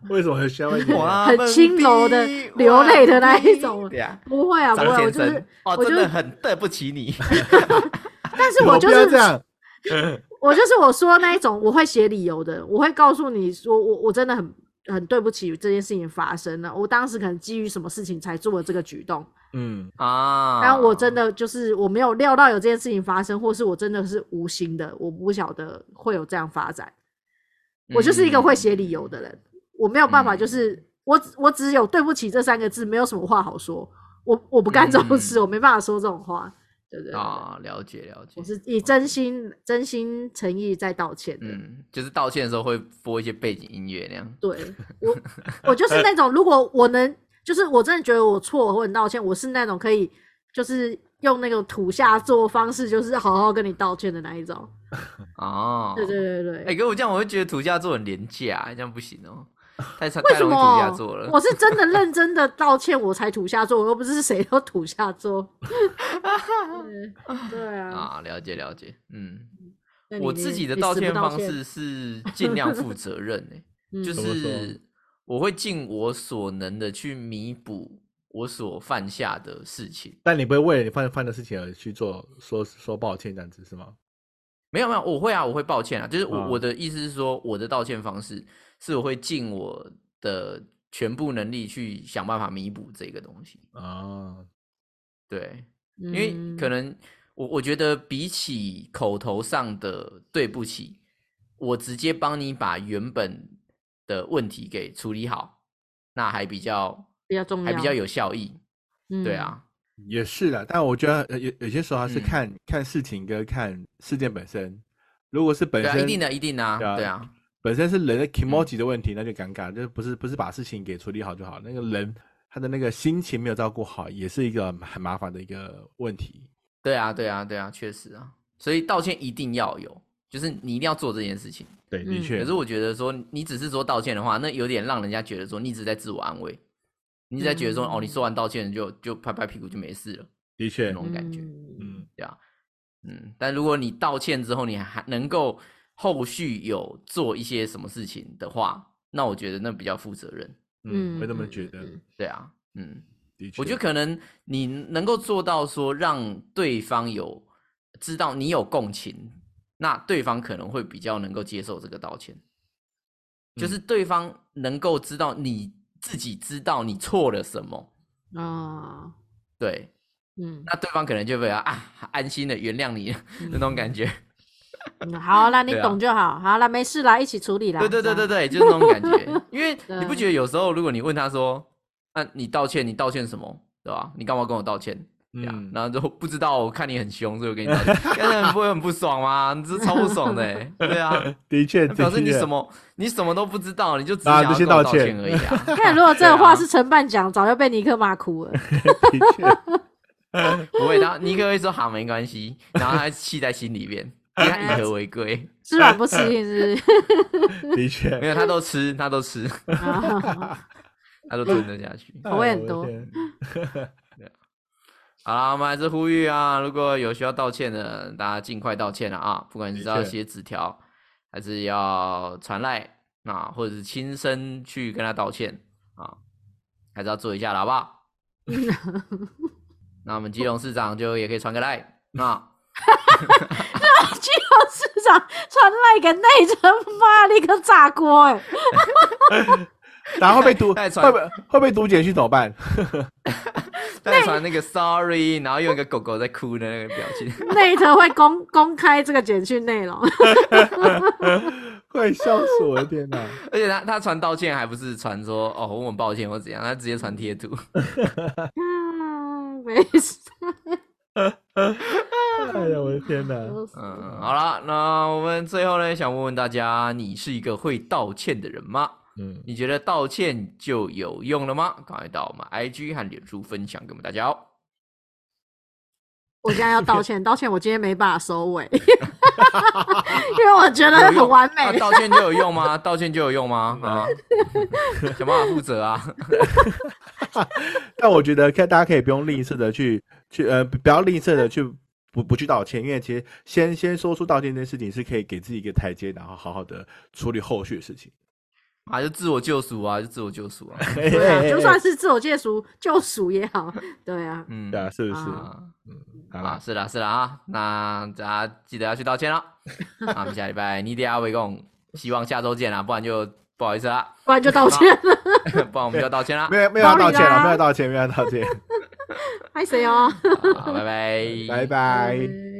Speaker 3: 为什么需要问你？
Speaker 1: 哇
Speaker 2: 很轻柔的流泪的那一种
Speaker 1: 对呀，
Speaker 2: 不会 啊，不
Speaker 1: 张
Speaker 2: 会，
Speaker 1: 先
Speaker 2: 我就是
Speaker 1: 生，，哦，
Speaker 2: 我
Speaker 1: 真
Speaker 2: 就是
Speaker 1: 的很对不起你，
Speaker 2: 但是
Speaker 3: 我
Speaker 2: 我就
Speaker 3: 不要这
Speaker 2: 是
Speaker 3: 样。
Speaker 2: 我就是我说那一种，我会写理由的，我会告诉你说，我我真的很很对不起这件事情发生了，我当时可能基于什么事情才做了这个举动。
Speaker 3: 嗯，
Speaker 1: 啊，
Speaker 2: 然后我真的就是我没有料到有这件事情发生，或是我真的是无心的，我不晓得会有这样发展。我就是
Speaker 1: 嗯
Speaker 2: 一个会写理由的人，我没有办法，就是、我只我只有对不起这三个字，没有什么话好说。我我不干这
Speaker 1: 嗯
Speaker 2: 种事，我没办法说这种话，对不对？
Speaker 1: 啊，了解了解
Speaker 2: 我，是以真心真心诚意在道歉的。
Speaker 1: 嗯，就是道歉的时候会播一些背景音乐那样。
Speaker 2: 对我，我就是那种，如果我能，就是我真的觉得我错，我很道歉，我是那种可以，就是用那种土下座方式，就是好好跟你道歉的那一种。
Speaker 1: 哦，
Speaker 2: 对对对对
Speaker 1: 哎、
Speaker 2: 对，
Speaker 1: 跟我这样，我会觉得土下座很廉价，这样不行哦，太常
Speaker 2: 为
Speaker 1: 太
Speaker 2: 什
Speaker 1: 容易土下
Speaker 2: 么
Speaker 1: 座了？。
Speaker 2: 我是真的认真的道歉，我才土下座，我又不是谁都土下座。对对啊，
Speaker 1: 啊，了解了解，嗯，
Speaker 2: 对
Speaker 1: 我
Speaker 2: 你
Speaker 1: 自
Speaker 2: 你
Speaker 1: 己的
Speaker 2: 你
Speaker 1: 道
Speaker 2: 死不
Speaker 1: 歉
Speaker 2: 道
Speaker 1: 方
Speaker 2: 歉
Speaker 1: 式是尽量负责任、欸，
Speaker 2: 嗯
Speaker 1: 就
Speaker 3: 怎么说
Speaker 1: 是我会尽我所能的去弥补我所犯下的事情。
Speaker 3: 但你不会为了你犯犯的事情而去做说说抱歉这样子是吗？
Speaker 1: 没有没有，我会啊，我会抱歉啊。就是我、
Speaker 3: 啊
Speaker 1: 我的意思是说，我的道歉方式是我会尽我的全部能力去想办法弥补这个东西。
Speaker 3: 啊，
Speaker 1: 对，
Speaker 2: 因
Speaker 1: 因为
Speaker 2: 嗯
Speaker 1: 可能我我觉得比起口头上的对不起，我直接帮你把原本的问题给处理好，那还比较
Speaker 2: 比较重要，嗯
Speaker 1: 还比较有效益。对啊，
Speaker 3: 也是啦，但我觉得呃有有些时候还是
Speaker 1: 嗯
Speaker 3: 看、看事情跟看事件本身。如果是本
Speaker 1: 对啊，
Speaker 3: 身
Speaker 1: 一定的，一定的、啊，
Speaker 3: 对啊
Speaker 1: 对啊，
Speaker 3: 本身是人的 k i m o j i 的问题，那就尴尬，就是不是不是把事情给处理好就好，那个人他的那个心情没有照顾好，也是一个很麻烦的一个问题。
Speaker 1: 对啊，对啊，对啊，确实啊，所以道歉一定要有，就是你一定要做这件事情。
Speaker 3: 对，
Speaker 2: 嗯
Speaker 3: 的确。
Speaker 1: 可是我觉得说，你只是说道歉的话，那有点让人家觉得说你一直在自我安慰，你一直在觉得说、哦，你说完道歉就就拍拍屁股就没事了
Speaker 3: 的
Speaker 1: 那
Speaker 3: 确，
Speaker 1: 种感觉。
Speaker 3: 嗯，
Speaker 1: 对啊，嗯，但如果你道歉之后，你还能够后续有做一些什么事情的话，那我觉得那比较负责任。
Speaker 3: 嗯，会这么
Speaker 2: 嗯
Speaker 3: 觉得，
Speaker 2: 嗯
Speaker 1: 对啊，嗯，
Speaker 3: 的确，
Speaker 1: 我觉得可能你能够做到说让对方有知道你有共情，那对方可能会比较能够接受这个道歉，就是对方能够知道你自己知道你错了什么，
Speaker 2: 啊，
Speaker 1: 对，
Speaker 2: 嗯，
Speaker 1: 那对方可能就会啊安心的原谅你那种感觉。
Speaker 2: 嗯好啦，你
Speaker 1: 对啊
Speaker 2: 懂就好，好啦，没事啦，一起处理啦。
Speaker 1: 对对对
Speaker 2: 这
Speaker 1: 对对，
Speaker 2: 样，
Speaker 1: 就是那种感觉。因为
Speaker 2: 对
Speaker 1: 你不觉得有时候，如果你问他说：“那、你道歉，你道歉什么？对吧？你干嘛跟我道歉？”对啊，
Speaker 3: 嗯，
Speaker 1: 然后就不知道，我看你很凶，所以我 跟你道歉，那你不会很不爽吗？你这超不爽的、欸，对 啊，
Speaker 3: 的确，
Speaker 1: 表示
Speaker 3: 的
Speaker 1: 你
Speaker 3: 确
Speaker 1: 什么你什么都不知道，你就只
Speaker 3: 啊
Speaker 1: 想要
Speaker 3: 这些
Speaker 1: 跟我
Speaker 3: 道
Speaker 1: 道
Speaker 3: 歉
Speaker 1: 歉而已啊。
Speaker 2: 看如果这个
Speaker 1: 对啊
Speaker 2: 话是陈办讲，早就被尼克骂 哭了。
Speaker 3: 的确，
Speaker 1: 不会，他尼克会说好没关系，然后他气在心里面，因为他以和为贵，
Speaker 2: 吃软不吃硬是 不
Speaker 3: 的确，
Speaker 1: 没有他都吃，他都吃，
Speaker 2: 是啊？
Speaker 1: 他都吞得下去。
Speaker 2: 口味
Speaker 3: 哎
Speaker 2: 很
Speaker 3: 我
Speaker 2: 多
Speaker 3: 的天
Speaker 1: 好啦，我们还是呼吁啊，如果有需要道歉的，大家尽快道歉了啊！不管是
Speaker 3: 的
Speaker 1: 要
Speaker 3: 确
Speaker 1: 写纸条，还是要传赖啊，或者是亲身去跟他道歉啊，还是要做一下了，好不好？那我们基隆市长就也可以传个赖 啊，
Speaker 2: 基隆市长传赖给内城骂立刻炸锅哎、
Speaker 3: 然后被 读，
Speaker 1: 太
Speaker 3: 会
Speaker 1: 传
Speaker 3: 不会会被读简讯怎么办？
Speaker 1: 再传那个 sorry，然后用一个狗狗在哭的那个表情，
Speaker 2: 内城会公 公开这个简讯内容， 啊
Speaker 3: 快笑死我的天哪！
Speaker 1: 而且他他传道歉还不是传说哦我很抱歉或怎样，他直接传贴图，
Speaker 2: 嗯没事，
Speaker 3: 哎呀，我的 天哪！
Speaker 1: 嗯，好了，那我们最后呢，想问问大家，你是一个会道歉的人吗？
Speaker 3: 嗯，
Speaker 1: 你觉得道歉就有用了吗？赶快到我们 IG 和脸书分享给我们大家哦。
Speaker 2: 我现在要道歉，道歉，我今天没办法收尾， 因为我觉得
Speaker 1: 有
Speaker 2: 很
Speaker 1: 用
Speaker 2: 完
Speaker 1: 那
Speaker 2: 美。
Speaker 1: 啊道歉就有用吗？道歉就有用吗？啊， 想办法负责啊！
Speaker 3: 但我觉得，看大家可以不用吝啬的去去呃，不要吝啬的去不不去道歉，因为其实先先说出道歉这件事情是可以给自己一个台阶，然后好好的处理后续的事情。
Speaker 1: 啊，就自我救赎啊，就自我救赎啊。
Speaker 2: 对啊，就算
Speaker 3: 是
Speaker 2: 是自我戒赎救赎也好，对啊，
Speaker 1: 嗯
Speaker 3: 对，啊，是不是？
Speaker 2: 啊
Speaker 3: 好
Speaker 1: 啊，
Speaker 3: 啦，
Speaker 1: 是啦是啦啊，那大家记得要去道歉了。啊，我们下礼拜你得要围攻，希望下周见啦，不然就不好意思啦，啊
Speaker 2: 不然就道 歉了，
Speaker 1: 不然我们就要道歉啦
Speaker 3: 没。有没有要道
Speaker 2: 道
Speaker 3: 歉
Speaker 2: 理啦
Speaker 3: 了，没有道歉，没有道歉，，
Speaker 2: 拍谁哦？
Speaker 1: 好，拜拜
Speaker 3: 拜拜。
Speaker 2: 嗯